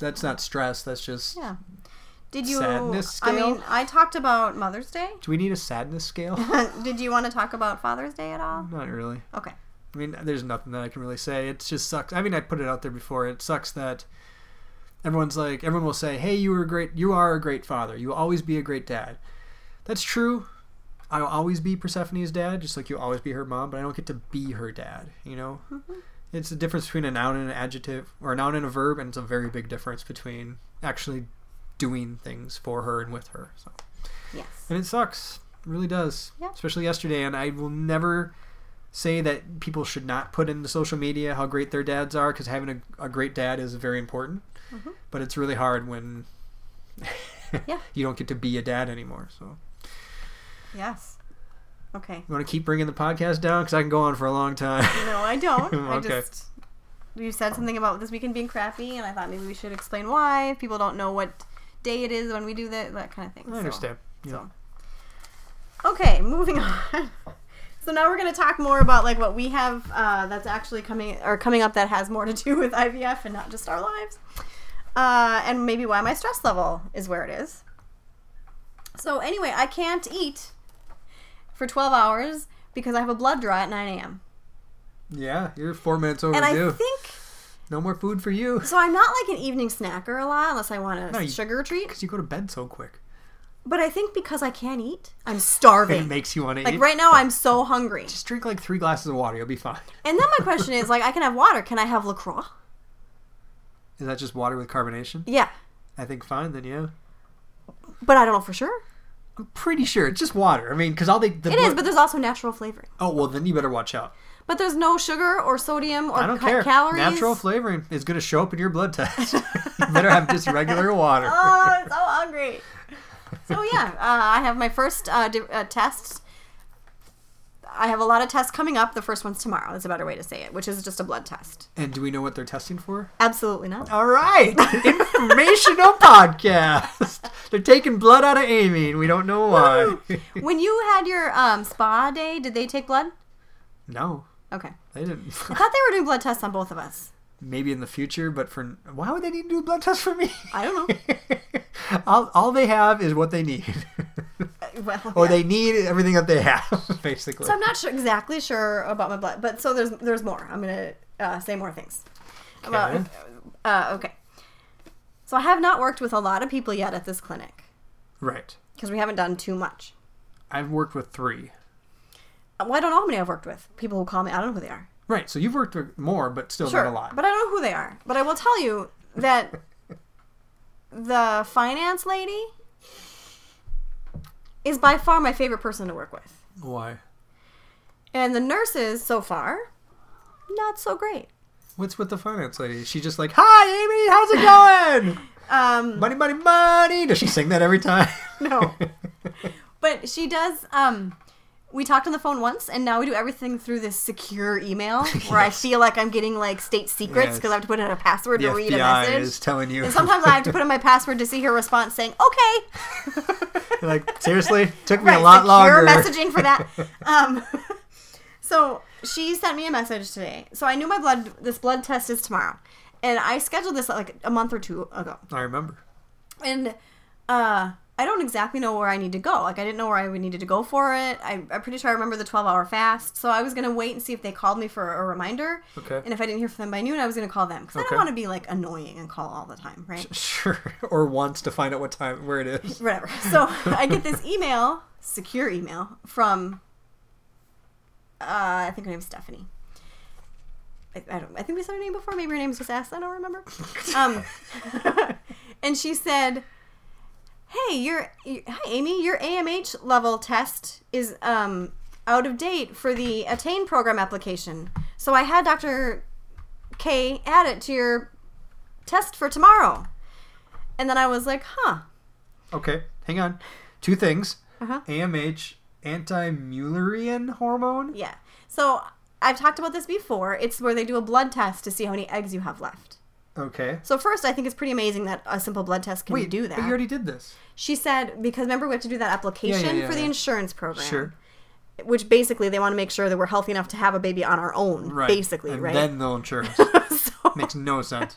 That's not stress. That's just.
yeah. Did you?
Sadness
I mean,
scale?
I talked about Mother's Day. [LAUGHS]
Do we need a sadness scale?
Did you want to talk about Father's Day at all?
not really.
Okay.
I mean, there's nothing that I can really say. It just sucks. I mean, I put it out there before. It sucks that everyone's like, everyone will say, "Hey, you were a great. You are a great father. You will always be a great dad." That's true. I will always be Persephone's dad, just like you always be her mom. But I don't get to be her dad. You know, it's the difference between a noun and an adjective, or a noun and a verb, and it's a very big difference between actually doing things for her and with her. So.
Yes.
And it sucks. It really does.
Yeah.
Especially yesterday. And I will never say that people should not put into social media how great their dads are because having a, a great dad is very important. But it's really hard when
Mm-hmm. [LAUGHS] Yeah.
you don't get to be a dad anymore. So
Yes. Okay.
you want to keep bringing the podcast down because I can go on for a long time.
[LAUGHS] No, I don't.
[LAUGHS] Okay.
I just you said something about this weekend being crappy, and I thought maybe we should explain why if people don't know what day it is when we do that, that kind of thing.
I understand. Yeah.
So. Okay, moving [LAUGHS] on. So now we're going to talk more about like what we have uh, that's actually coming or coming up that has more to do [LAUGHS] with IVF and not just our lives, uh, and maybe why my stress level is where it is. So anyway, I can't eat for 12 hours because I have a blood draw at 9 a.m.
Yeah, you're four minutes
And I
overdue.
think
no more food for you
so. I'm not like an evening snacker a lot unless I want a
No, you-
sugar treat.
because you go to bed so quick.
But I think because I can't eat, I'm
It
starving.
makes you want to
like
eat.
right now, I'm so hungry.
Just drink like three glasses of water. You'll be fine.
And then my question is like, I can have water. Can I have Lacroix?
Is that just water with carbonation?
Yeah,
I think fine then, yeah.
but I don't know for sure.
I'm pretty sure it's just water. I mean, because all they the
It is, but there's also natural flavoring.
oh well, then you better watch out.
But there's no sugar or sodium or
I don't
ca-
care.
calories.
Natural flavoring is going to show up in your blood test. [LAUGHS] you better have just regular water.
[LAUGHS] oh, I'm so hungry. So yeah, uh, I have my first uh, di- uh, test. I have a lot of tests coming up. The first one's tomorrow. Is a better way to say it, which is just a blood test.
And do we know what they're testing for?
Absolutely not.
All right, informational [LAUGHS] podcast. They're taking blood out of Amy, and we don't know why.
[LAUGHS] when you had your um, spa day, did they take blood?
no,
Okay.
they didn't. [LAUGHS]
I thought they were doing blood tests on both of us.
maybe in the future, but for why would they need to do a blood test for me?
I don't know.
[LAUGHS] all, all they have is what they need, [LAUGHS]
Uh, well,
or
yeah.
they need everything that they have, [LAUGHS] basically.
So I'm not sure, exactly sure about my blood, but so there's there's more. I'm gonna uh, say more things about.
Okay.
Uh, okay. So I have not worked with a lot of people yet at this clinic
right.
because we haven't done too much.
I've worked with three.
Well, I don't know how many I've worked with. People who call me, I don't know who they are.
Right. So you've worked with more, but still
Sure,
not a lot.
but I don't know who they are. But I will tell you that the finance lady is by far my favorite person to work with,
Why?
and the nurses so far, not so great.
What's with the finance lady? Is she just like, "Hi,
[LAUGHS]
Amy, how's it going?
Um,
money, money, money." Does she sing that every time? [LAUGHS]
No. but she does um we talked on the phone once and now we do everything through this secure
[LAUGHS]
email where I feel like I'm getting like state secrets
Yes.
because I have to put in a password
the
to read a
FBI
message.
is telling you.
And sometimes I have to put in my password to see her response saying, Okay.
[LAUGHS] [LAUGHS] like seriously, took me
Right,
a lot
secure
longer.
messaging for
[LAUGHS]
that. Um [LAUGHS] So she sent me a message today. So I knew my blood this blood test is tomorrow. And I scheduled this like a month or two ago.
I remember. [LAUGHS]
and uh i don't exactly know where i need to go like i didn't know where i would needed to go for it I, i'm pretty sure i remember the 12 hour fast so i was going to wait and see if they called me for a reminder
Okay.
and if i didn't hear from them by noon i was going to call them because i
Okay.
don't want to be like annoying and call all the time right
Sure. Or wants to find out what time where
[LAUGHS]
it is.
whatever so i get this email secure email from uh, i think her name's stephanie I, I don't. I think we said her name before. Maybe her name was just asked. I don't remember. Um, and she said, "Hey, your your- hi Amy, your AMH level test is um out of date for the Attain program application. So I had Dr. K add it to your test for tomorrow." And then I was like, "Huh."
Okay, hang on. Two things.
Uh-huh.
AMH, anti-Mullerian hormone.
Yeah. So I've talked about this before. It's where they do a blood test to see how many eggs you have left.
Okay.
So first, I think it's pretty amazing that a simple blood test can
Wait,
do that.
But you already did this.
she said because remember we have to do that application
yeah,
for the
yeah.
insurance program.
Sure.
Which basically they want to make sure that we're healthy enough to have a baby on our own,
Right.
basically,
and
right?
Then they'll
[LAUGHS]
insurance.
so,
Makes no sense.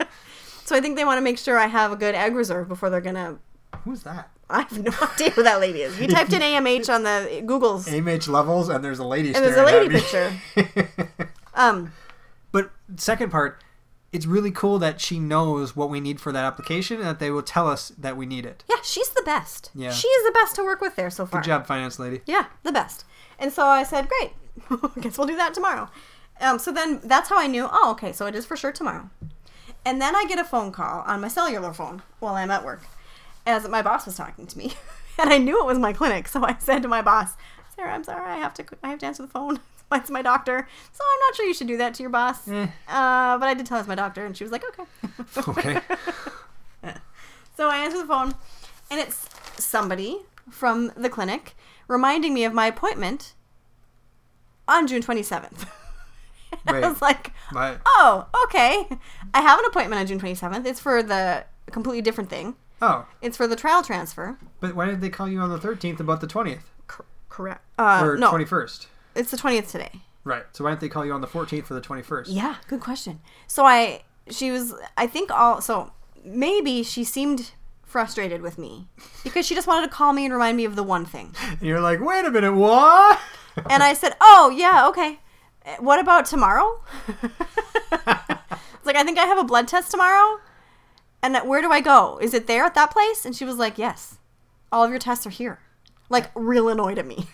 so I think they want to make sure I have a good egg reserve before they're gonna. [LAUGHS]
Who's that?
I have no idea who that lady
[LAUGHS]
is. You typed in AMH on the Google's,
AMH levels, and there's a lady.
and there's a lady picture.
[LAUGHS]
Um,
But second part, it's really cool that she knows what we need for that application, and that they will tell us that we need it.
yeah, she's the best.
Yeah.
she is the best to work with there so far.
Good job, finance lady.
Yeah, the best. And so I said, great. [LAUGHS] I guess we'll do that tomorrow. Um, so then that's how I knew, oh, okay, so it is for sure tomorrow. And then I get a phone call on my cellular phone while I'm at work as my boss was talking to me. [LAUGHS] and I knew it was my clinic. So I [LAUGHS] said to my boss, Sarah, I'm sorry, I have to, I have to answer the phone. [LAUGHS] It's my doctor. So I'm not sure you should do that to your boss.
Eh.
Uh, but I did tell it's my doctor, and she was like, okay.
[LAUGHS] Okay.
[LAUGHS] So I answer the phone, and it's somebody from the clinic reminding me of my appointment on June 27th. And [LAUGHS] I
Right.
was like,
But
oh, okay. I have an appointment on June 27th. It's for the a completely different thing,
oh,
it's for the trial transfer.
but why did they call you on the thirteenth about the twentieth
Correct. Uh,
or
no,
twenty first?
it's the 20th today.
Right. So why didn't they call you on the 14th for the 21st?
Yeah, good question. So I, she was, I think all, so maybe she seemed frustrated with me because she just wanted to call me and remind me of the one thing.
And you're like, wait a minute, what? [LAUGHS]
And I said, "Oh yeah, okay. Uh, What about
[LAUGHS]
tomorrow?" it's like I think I have a blood test tomorrow. And that- where do I go? Is it there at that place? And she was like, "Yes. All of your tests are here." Like real annoyed at me.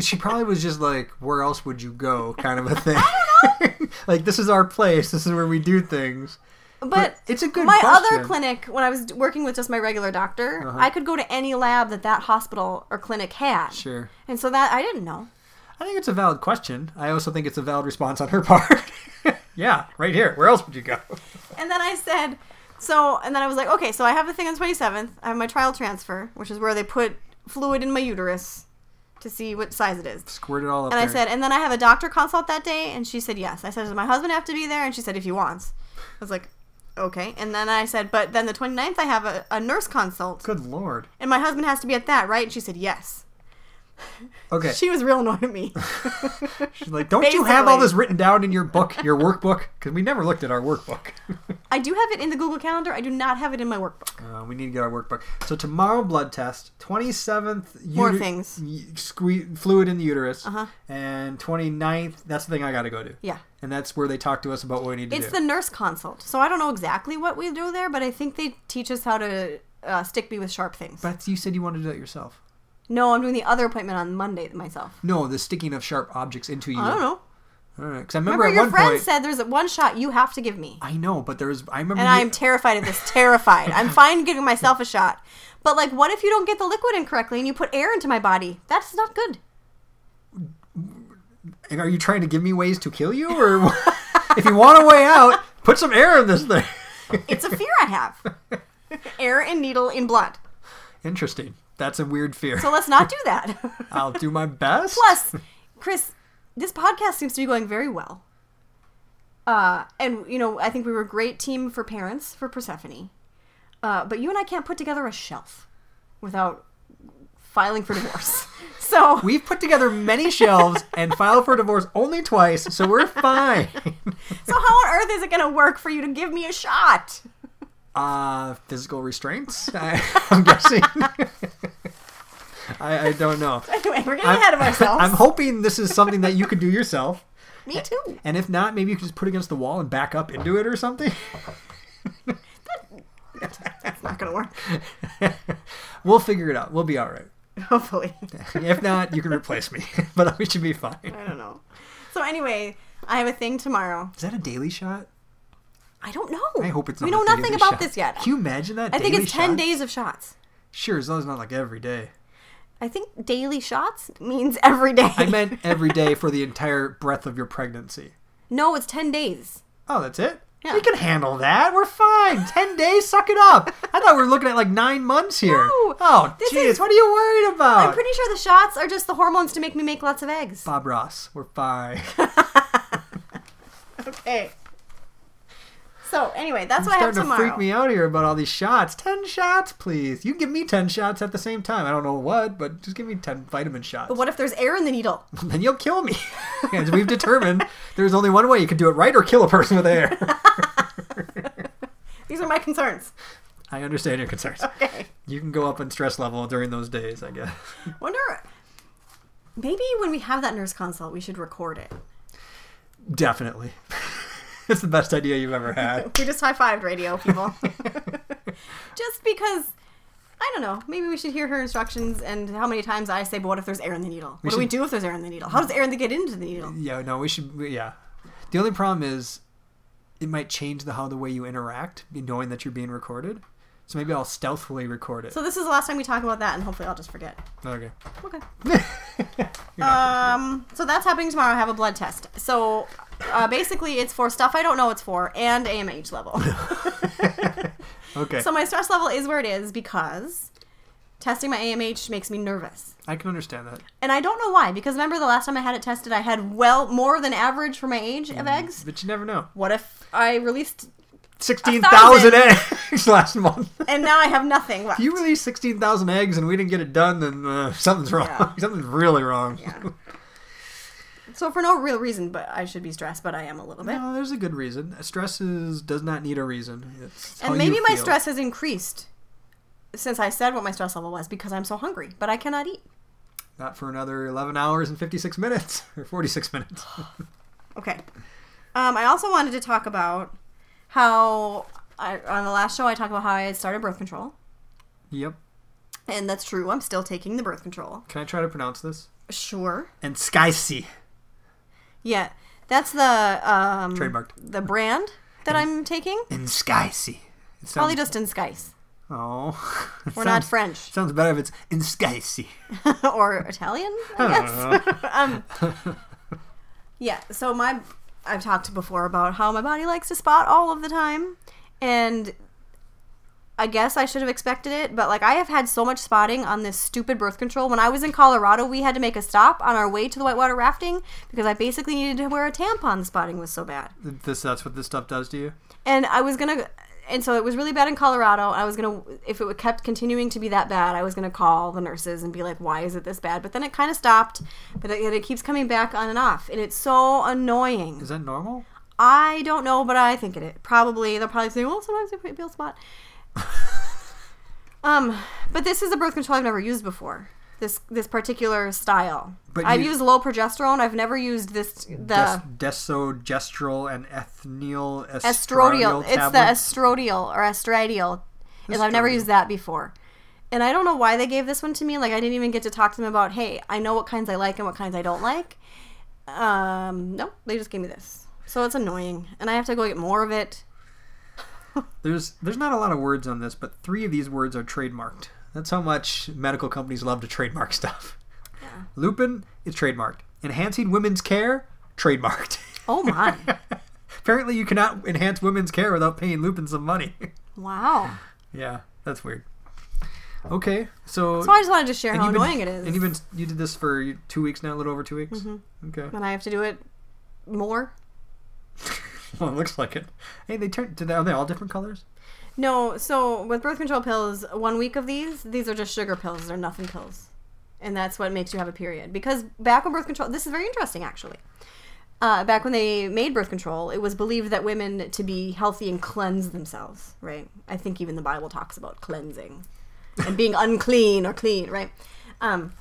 she probably was just like, where else would you go, kind of a thing. [LAUGHS] like this is our place. This is where we do things.
But,
it's a good
my
question. Uh-huh.
other clinic when I was d- working with just my regular doctor, I could go to any lab that that hospital or clinic had.
Sure.
And so that I didn't know.
I think it's a valid question. I also think it's a valid response on her [LAUGHS] part. yeah, right here. Where else would you go?
And then I said, so, and then I was like, okay, so I have the thing on the 27th. I have my trial transfer, which is where they put fluid in my uterus to see what size it is.
Squirt it all up
And I
there.
said, and then I have a doctor consult that day. And she said, yes. I said, does my husband have to be there? And she said, if he wants. I was like, okay. And then I said, but then the 29th, I have a, a nurse consult.
good lord.
And my husband has to be at that, right? And she said, yes.
Okay.
She was real annoyed at me.
[LAUGHS] She's like, don't you have all
Basically.
this written down in your book, your workbook? Because we never looked at our workbook. [LAUGHS]
I do have it in the Google Calendar. I do not have it in my workbook.
Uh, we need to get our workbook. So tomorrow, blood test. Twenty seventh.
More things.
Sque- fluid in the uterus.
Uh-huh.
And 29th, That's the thing I got to go to.
Yeah.
And that's where they talk to us about what we need to
It's
do.
the nurse consult. So I don't know exactly what we do there, but I think they teach us how to uh, stick me with sharp things.
but you said you wanted to do that yourself.
no, I'm doing the other appointment on Monday myself.
No, the sticking of sharp objects into you.
I don't know.
Because I remember,
Remember, your
at one
friend
point.
said there's one shot you have to give me.
I know, but there was. I remember.
And
you-
I'm terrified of this. Terrified. I'm fine giving myself a shot. But, like, what if you don't get the liquid in correctly and you put air into my body? That's not good.
And Are you trying to give me ways to kill you,
[LAUGHS]
or what? if you want a way out, put some air in this thing? [LAUGHS]
It's a fear I have air and needle in blood.
Interesting. That's a weird fear.
So let's not do that.
I'll do my best.
Plus, Chris, this podcast seems to be going very well. Uh, and you know, I think we were a great team for parents for Persephone. Uh, but you and I can't put together a shelf without filing for
[LAUGHS]
divorce. so
We've put together many shelves and filed for divorce only twice, so we're fine. [LAUGHS]
so how on earth is it going to work for you to give me a shot? [LAUGHS]
Uh, physical restraints, I, I'm guessing. I, I don't know.
Anyway, we're getting
[LAUGHS] I'm-
ahead of ourselves.
I'm hoping this is something that you could do yourself.
Me too.
And if not, maybe you could just put it against the wall and back up into it or something. [LAUGHS]
It's not going to work. [LAUGHS]
We'll figure it out. We'll be all right.
Hopefully.
If not, you can replace me, [LAUGHS] but we should be fine.
I don't know. So anyway, I have a thing tomorrow.
Is that a daily shot?
I don't know.
I hope it's not.
We
a
know nothing
daily
about
shot.
this yet.
Can you imagine that?
I think
daily
it's 10
shot?
days of shots.
Sure, as long as it's not like every day.
I think daily shots means [LAUGHS] every day.
I meant every day for the entire breadth of your pregnancy.
no, it's 10 days.
Oh, that's it?
Yeah.
We can handle that. We're fine. 10 days, suck it up. I thought we were looking at like nine months here.
No,
oh,
this
jeez.
is-
What are you worried about?
I'm pretty sure the shots are just the hormones to make me make lots of eggs.
Bob Ross, we're fine.
[LAUGHS] Okay. So, anyway, that's what I have
starting to
tomorrow.
freak me out here about all these shots. 10 shots, please. You can give me 10 shots at the same time. I don't know what, but just give me 10 vitamin shots.
But what if there's air in the needle?
then you'll kill me. [LAUGHS] As we've determined, there's only one way you can do it right or kill a person with air.
[LAUGHS] These are my concerns.
I understand your concerns.
Okay.
You can go up in stress level during those days, I guess.
Wonder. Maybe when we have that nurse consult, we should record it.
Definitely. [LAUGHS] it's the best idea you've
[LAUGHS]
ever had.
We just high fived radio people. [LAUGHS] just because, I don't know, maybe we should hear her instructions and how many times I say, but what if there's air in the needle? What do we
should-
do if there's air in the needle? How does air get into the needle?
yeah, no, we should. we- Yeah. The only problem is it might change the how the way you interact, knowing that you're being recorded. So maybe I'll stealthily record it.
So this is the last time we talk about that, and hopefully I'll just forget. [LAUGHS]
okay. [LAUGHS]
Okay.
You're not
Um. So that's happening tomorrow. I have a blood test. So, uh, basically, it's for stuff I don't know it's for, and AMH level.
gonna- [LAUGHS] okay.
so my stress level is where it is because testing my AMH makes me nervous,
I can understand that.
and I don't know why. Because remember the last time I had it tested, I had well more than average for my age
Mm.
of eggs.
But you never know.
What if I released thousand.
16,000 eggs [LAUGHS]
[LAUGHS]
last month.
and now I have nothing left?
If you release 16,000 eggs and we didn't get it done, then uh, something's wrong.
Yeah.
[LAUGHS] something's really wrong.
Yeah. So for no real reason, but I should be stressed, but I am a little bit.
No, there's a good reason. Stress is, does not need a reason. It's how
and maybe
you
my
feel.
stress has increased since I said what my stress level was because I'm so hungry, but I cannot eat.
Not for another 11 hours and 56 minutes [LAUGHS] or 46 minutes.
Okay. Um, I also wanted to talk about how I, on the last show I talked about how I had started birth control,
yep.
and that's true. I'm still taking the birth control.
Can I try to pronounce this?
Sure.
And Skysi.
Yeah, that's the um,
Trademarked.
the brand that I'm taking.
And Skysi. It
Probably
sounds,
just in Skies.
oh. [LAUGHS] It
We're not
sounds,
French [LAUGHS]
Sounds better if it's in Skysi.
or Italian. I guess. [LAUGHS] um,
[LAUGHS]
yeah, so my I've talked before about how my body likes to spot all of the time, and I guess I should have expected it, but like I have had so much spotting on this stupid birth control. When I was in Colorado, we had to make a stop on our way to the whitewater rafting because I basically needed to wear a tampon. The spotting was so bad,
This, that's what this stuff does to you?
and I was gonna. and so it was really bad in Colorado. I was gonna, if it kept continuing to be that bad, I was gonna call the nurses and be like, "Why is it this bad?" But then it kind of stopped, but it, yet it keeps coming back on and off, and it's so annoying.
Is that normal?
I don't know, but I think it probably they'll probably say, "Well, sometimes they put bill
[LAUGHS]
spot." um, but this is a birth control I've never used before. This this particular style.
But
I've
you-
used low progesterone. I've never used this the
Des- desogestrel and ethneal
estradiol.
estradiol
It's the
tablets.
estradiol or estradiol. And I've never
Estradiol.
used that before. And I don't know why they gave this one to me. Like I didn't even get to talk to them about, hey, I know what kinds I like and what kinds I don't like. Um, no, they just gave me this. So it's annoying, and I have to go get more of it.
There's there's not a lot of words on this, but three of these words are trademarked. That's how much medical companies love to trademark stuff. Lupin is trademarked. Enhancing women's care, trademarked. [LAUGHS]
Oh my!
Apparently, you cannot enhance women's care without paying Lupin some money.
[LAUGHS]
[LAUGHS]
wow.
yeah, that's weird. Okay, so,
So I just wanted to share
and
how
you've been-
annoying it is.
And you've been you did this for two weeks now, a little over two weeks. Okay, [LAUGHS]
and I have to do it more.
well, it looks like it. Hey, they turned. Did they, are they all different colors?
No, so with birth control pills, one week of these, these are just sugar pills. They're nothing pills. And that's what makes you have a period. Because back when birth control, this is very interesting actually. Uh, back when they made birth control, it was believed that women to be healthy and cleanse themselves, right? I think even the Bible talks about cleansing and
[LAUGHS]
being unclean or clean, right? Um,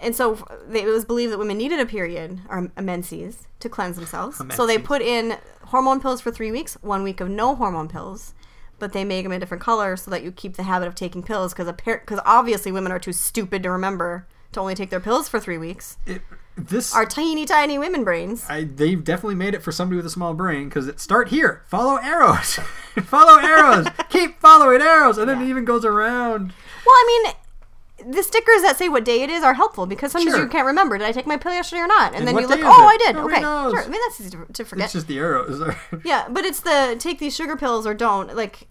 and so f- they, it was believed that women needed a period or a menses to cleanse themselves.
A
So they
menses.
put in hormone pills for three weeks, one week of no hormone pills, but they make them a different color so that you keep the habit of taking pills because because obviously women are too stupid to remember to only take their pills for three weeks.
It, this
Our tiny, tiny women brains.
I, they've definitely made it for somebody with a small brain because it start here, follow arrows, [LAUGHS]
[LAUGHS]
follow arrows, keep following arrows, and then it
Yeah.
even goes around.
Well, I mean, the stickers that say what day it is are helpful because sometimes
Sure.
you can't remember did I take my pill yesterday or not, and,
And
then
what
you look,
day is
oh,
it?
I did.
Nobody
okay,
knows.
sure. I mean that's easy to, to forget.
It's just the arrows. [LAUGHS]
Yeah, but it's the take these sugar pills or don't like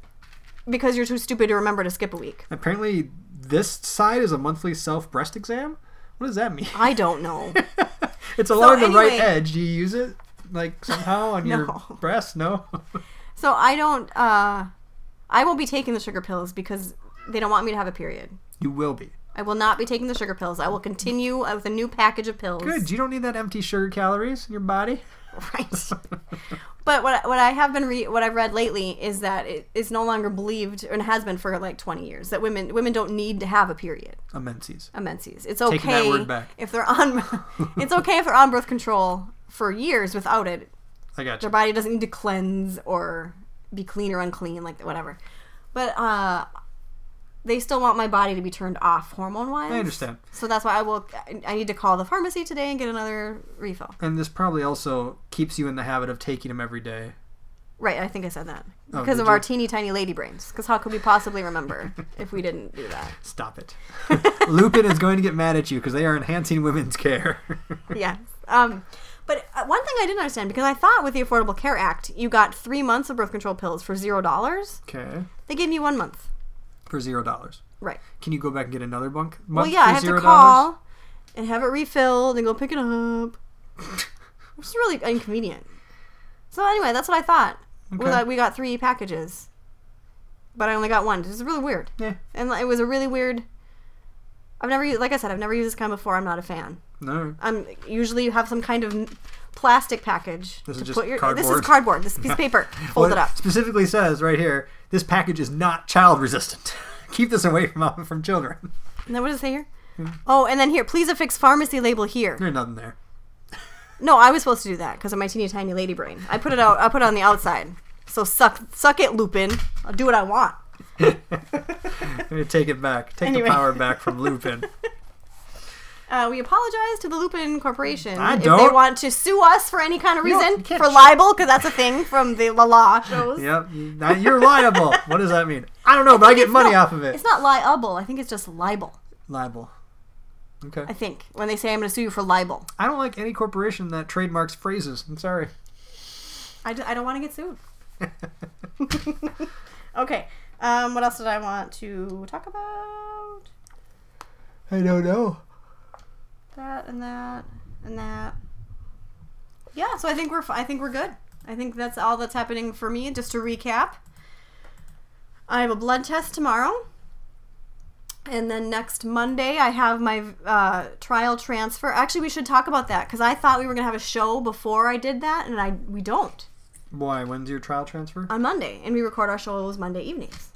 because you're too stupid to remember to skip a week.
Apparently, this side is a monthly self breast exam. What does that mean?
I don't know.
[LAUGHS] it's along the right
anyway-
edge. Do you use it like somehow
[LAUGHS]
on your
No.
breast? No. [LAUGHS]
so I don't. uh I won't be taking the sugar pills because they don't want me to have a period.
you will be.
I will not be taking the sugar pills. I will continue with a new package of pills.
Good. You don't need that empty sugar calories in your body.
[LAUGHS]
[LAUGHS]
Right. but what I- what I have been re- what I've read lately is that it is no longer believed and has been for like 20 years that women women don't need to have a period,
A menses.
a menses. It's okay
Taking that word back.
if they're on [LAUGHS] it's okay if they're on birth control for years without it.
I got
Their
you.
body doesn't need to cleanse or be clean or unclean like whatever. But uh they still want my body to be turned off hormone wise.
I understand.
So that's why I will. I- I need to call the pharmacy today and get another refill.
And this probably also keeps you in the habit of taking them every day.
Right, I think I said that.
Oh,
Because
did
of our
you?
teeny tiny lady brains. Because how could we possibly
[LAUGHS]
remember if we didn't do that? [LAUGHS]
Stop it. [LAUGHS] Lupin is going to get mad at you because they are enhancing women's care.
Yes. Um, but uh, one thing I didn't understand, because I thought with the Affordable Care Act, you got three months of birth control pills for zero dollars.
[LAUGHS] okay.
They gave me one month.
For zero dollars.
Right.
Can you go back and get another bunk?
Well,
month
yeah, I
for
have to
$0?
call and have it refilled and go pick it
[LAUGHS]
up, which is really inconvenient. So, anyway, that's what I thought.
Okay.
Was that we got three packages, but I only got one. This is really weird.
Yeah.
and like, it was a really weird. I've never used, like I said, I've never used this kind before. I'm not a fan.
No.
I'm usually you have some kind of n- plastic package.
This is
to
just
put your, This
cardboard.
is cardboard.
[LAUGHS]
This piece of paper.
What
Fold it up.
Specifically says right here, this package is not child resistant. [LAUGHS] Keep this away from [LAUGHS] from children.
And then what does it say here?
Hmm?
Oh, and then here, please affix pharmacy label here.
There's nothing there.
No, I was supposed to do that because of my teeny tiny lady brain. I put it out. I put it on the outside. So suck, suck it, Lupin. I'll do what I want.
I'm gonna take it back. Take
Anyway.
the power back
[LAUGHS]
from Lupin.
Uh, we apologize to the Lupin Corporation
I
if they
don't.
want to sue us for any kind of
You don't-
reason
you can't
for
sh-
libel, because that's a thing from the la law shows.
yep. Now you're liable. What does that mean? I don't know, but I, get
It's
money
not-
off of it.
It's not liable. I think it's just libel.
Libel. Okay.
I think when they say I'm going to sue you for libel,
I don't like any corporation that trademarks phrases. I'm sorry.
I, d- I don't want to get
[LAUGHS]
sued. [LAUGHS] okay. Um, what else did I want to talk about?
I don't know.
That and that and that. Yeah. So I think we're f- I think we're good. I think that's all that's happening for me. Just to recap, I have a blood test tomorrow. And then next Monday, I have my uh, trial transfer. Actually, we should talk about that because I thought we were going to have a show before I did that, and I we don't
Why? When's your trial transfer?
on Monday. And we record our shows Monday evenings.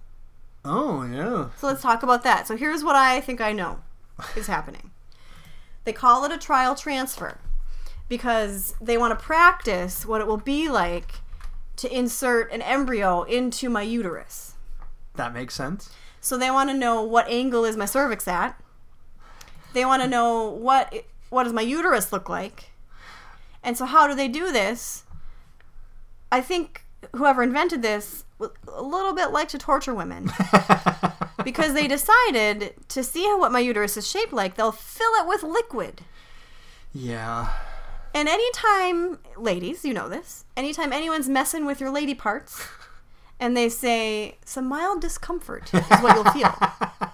Oh yeah.
So let's talk about that. So here's what I think I know is happening. They call it a trial transfer because they want to practice what it will be like to insert an embryo into my uterus.
That
[LAUGHS]
makes sense.
So they want to know what angle is my cervix at. They want to know what what does my uterus look like. And so how do they do this? I think whoever invented this w- a little bit like to torture women because they decided to see how what my uterus is shaped like, they'll fill it with liquid.
yeah.
And anytime, ladies, you know this, anytime anyone's messing with your lady parts and they say, some mild discomfort is what you'll
[LAUGHS]
feel,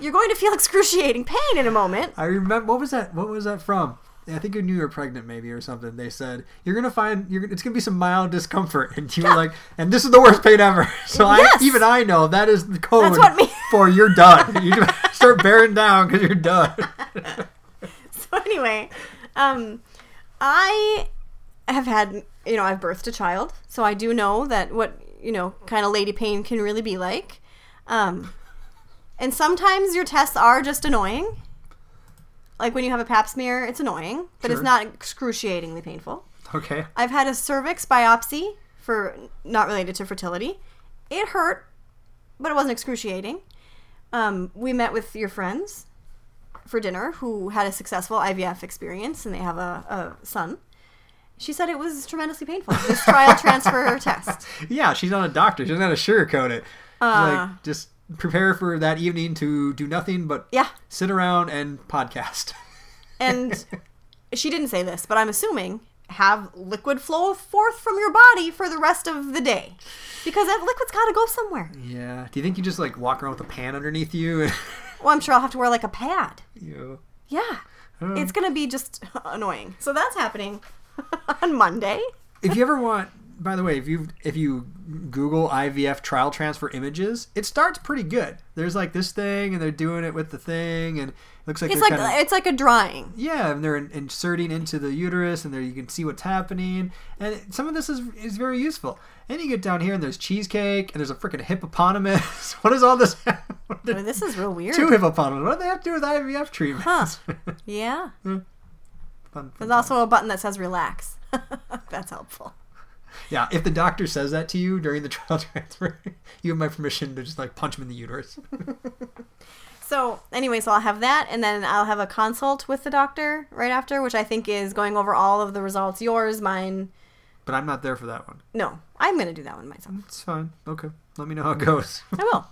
you're going to feel excruciating pain in a moment.
I remember what was that? What was that from? I think you knew you were pregnant, maybe, or something. They said you're gonna find you're it's gonna be some mild discomfort, and you were like, "And this is the worst pain ever." [LAUGHS] So
Yes.
I even I know that is the code
That's what me-
[LAUGHS] for you're done. You [LAUGHS] start bearing down because you're done. [LAUGHS]
[LAUGHS] So, anyway, um, I have had, you know, I've birthed a child, so I do know that what, you know, kind of lady pain can really be like. Um, and sometimes your tests are just annoying. Like when you have a pap smear, it's annoying, but it's
Sure.
not excruciatingly painful.
Okay.
I've had a cervix biopsy for not related to fertility. It hurt, but it wasn't excruciating. Um, we met with your friends for dinner who had a successful IVF experience and they have a, a son. She said it was tremendously painful. This trial transfer test.
Yeah, she's not a doctor. She doesn't have to sugarcoat it.
Uh.
like just prepare for that evening to do nothing but
Yeah.
sit around and podcast. [LAUGHS]
And she didn't say this, but I'm assuming have liquid flow forth from your body for the rest of the day because that liquid's got to go somewhere.
yeah. Do you think you just like walk around with a pan underneath you? And, [LAUGHS]
Well, I'm sure I'll have to wear like a pad.
you know,
Yeah.
I don't know.
It's going to be just [LAUGHS] annoying. So that's happening [LAUGHS] on Monday.
if you ever want by the way if you if you google ivf trial transfer images it starts pretty good there's like this thing and they're doing it with the thing and it looks like
It's
they're
like uh,
kinda,
it's like a drawing.
yeah and they're in, inserting into the uterus and there you can see what's happening and it- some of this is is very useful and you get down here and there's cheesecake and there's a freaking hippopotamus [LAUGHS] what is all this what
I
are
mean,
the-
this is real weird.
two hippopotamus what do they have to do with ivf treatment
Huh. Yeah.
Fun- fun
There's also a button that says relax. [LAUGHS] that's helpful.
Yeah, if the doctor says that to you during the [LAUGHS] trial transfer, you have my permission to just like punch him in the uterus.
So, anyway, so I'll have that and then I'll have a consult with the doctor right after, which I think is going over all of the results, yours, mine.
But I'm not there for that one.
No, I'm going to do that one myself.
It's fine. Okay. Let me know how it goes. [LAUGHS]
I will.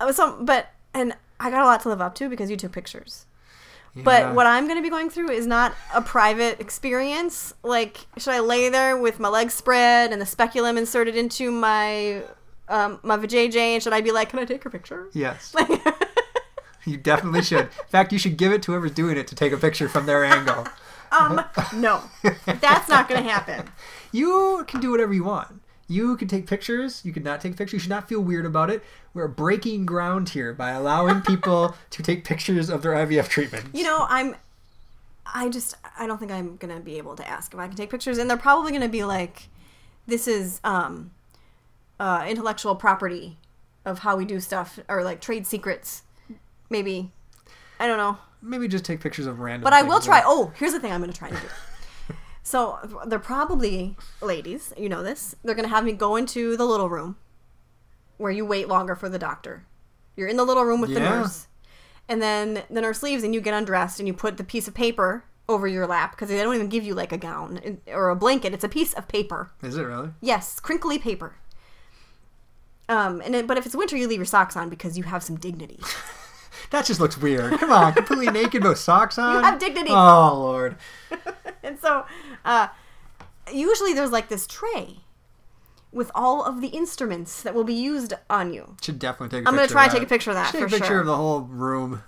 Uh, so, but and I got a lot to live up to because you took pictures.
Yeah.
But what I'm going to be going through is not a private experience. Like, should I lay there with my legs spread and the speculum inserted into my um, my vajayjay? And should I be like, can I take a picture?
Yes.
[LAUGHS] Like,
You definitely should. In fact, you should give it to whoever's doing it to take a picture from their angle.
um, no, that's not going to happen.
You can do whatever you want. You can take pictures. You can not take pictures. You should not feel weird about it. We're breaking ground here by
[LAUGHS]
allowing people to take pictures of their IVF treatment.
You know, I'm. I just I don't think I'm gonna be able to ask if I can take pictures, and they're probably gonna be like, "This is um, uh, intellectual property of how we do stuff, or like trade secrets, maybe." I don't know.
Maybe just take pictures of random.
But I will
things.
try. Oh, here's the thing I'm going to try to do. So they're probably ladies, you know this. They're going to have me go into the little room where you wait longer for the doctor. You're in the little room with the
Yeah.
nurse. And then the nurse leaves and you get undressed and you put the piece of paper over your lap because they don't even give you like a gown or a blanket. It's a piece of paper.
Is it really?
Yes, crinkly paper. Um, and it, but if it's winter, you leave your socks on because you have some dignity.
That just looks weird. Come on, completely naked, no socks on.
have dignity.
Oh lord.
and so uh, usually there's like this tray with all of the instruments that will be used on you.
Should definitely take. a
I'm gonna
picture
try
of
and take a picture of that
Should
for
take a picture
sure.
of the whole room.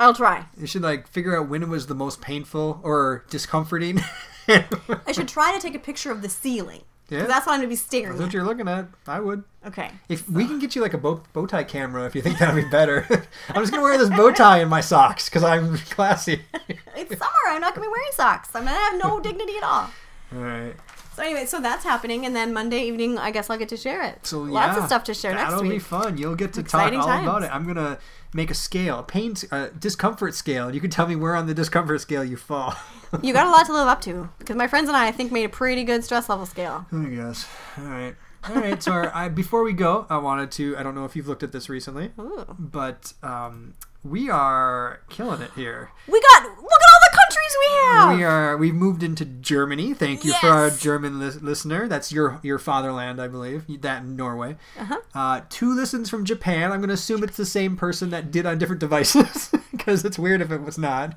I'll try.
You should like figure out when it was the most painful or discomforting. [LAUGHS]
I should try to take a picture of the ceiling.
Yeah.
'Cause that's what I'm going to be staring
That's what
at.
you're looking at. I would.
Okay.
If we can get you like a bow, bow tie camera, if you think that'd be better. [LAUGHS] I'm just gonna wear this bow tie in my socks because I'm [LAUGHS] classy.
[LAUGHS] It's summer. I'm not going to be wearing socks. I'm going to have
[LAUGHS]
no dignity at all.
All right.
So anyway, so that's happening, and then Monday evening, I guess I'll get to share it.
So
lots
yeah,
of stuff to share
that'll
next week.
be fun. You'll get to
Exciting
talk all about
times.
it. I'm gonna make a scale, a pain, s- uh, discomfort scale. You can tell me where on the discomfort scale you fall. [LAUGHS]
you got a lot to live up to because my friends and I, I think, made a pretty good stress level scale.
I guess. All right. All right. So our, I, before we go, I wanted to. I don't know if you've looked at this recently,
Ooh.
but um, we are killing it here.
We got look at all the countries we have.
We are. We've moved into Germany. Thank you for our
Oh. Yes.
German lis- listener. That's your your fatherland, I believe. You- That and Norway. Uh-huh. two listens from Japan. I'm going to assume it's the same person that did on different devices [LAUGHS] because it's weird if it was not.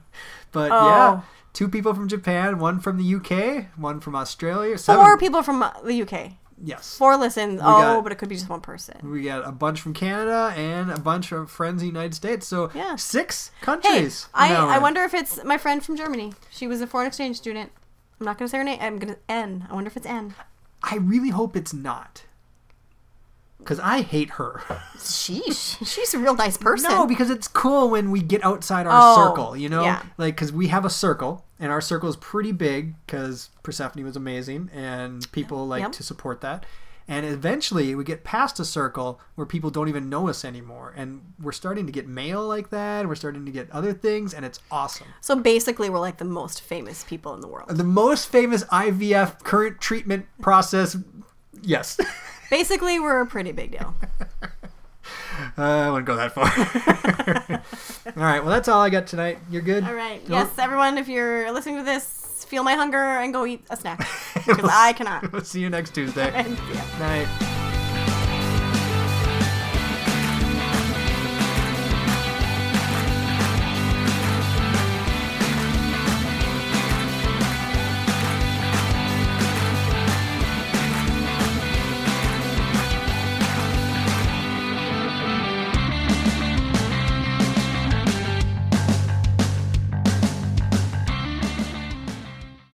But yeah,
Oh.
two people from Japan, one from the UK, one from Australia. Seven,
Four people from uh, the UK.
Yes.
Four listens.
got-
Oh, but it could be just one person.
We got a bunch from Canada and a bunch of friends in the United States. So
Yeah.
six
Hey,
countries.
I,
now
I
we're-
wonder if it's my friend from Germany. She was a foreign exchange student. I'm not gonna say her name. I'm gonna N. I wonder if it's N.
I really hope it's not. Because I hate her.
Sheesh. [LAUGHS] She's a real nice person.
No, because it's cool when we get outside our
Oh,
circle, you know?
yeah.
Like, because we have a circle, and our circle is pretty big because Persephone was amazing, and people like
Yep.
to support that. And eventually, we get past a circle where people don't even know us anymore. And we're starting to get mail like that, and we're starting to get other things, and it's awesome.
so basically, we're like the most famous people in the world.
[LAUGHS] The most famous IVF current treatment process. Yes. [LAUGHS]
Basically, we're a pretty big deal.
Uh, I wouldn't go that far. [LAUGHS] all right. Well, that's all I got tonight. You're good.
All right.
Nope.
Yes, everyone, if you're listening to this,
[LAUGHS]
feel my hunger and go eat a snack because I cannot. [LAUGHS]
We'll see you next Tuesday.
And yeah.
Night.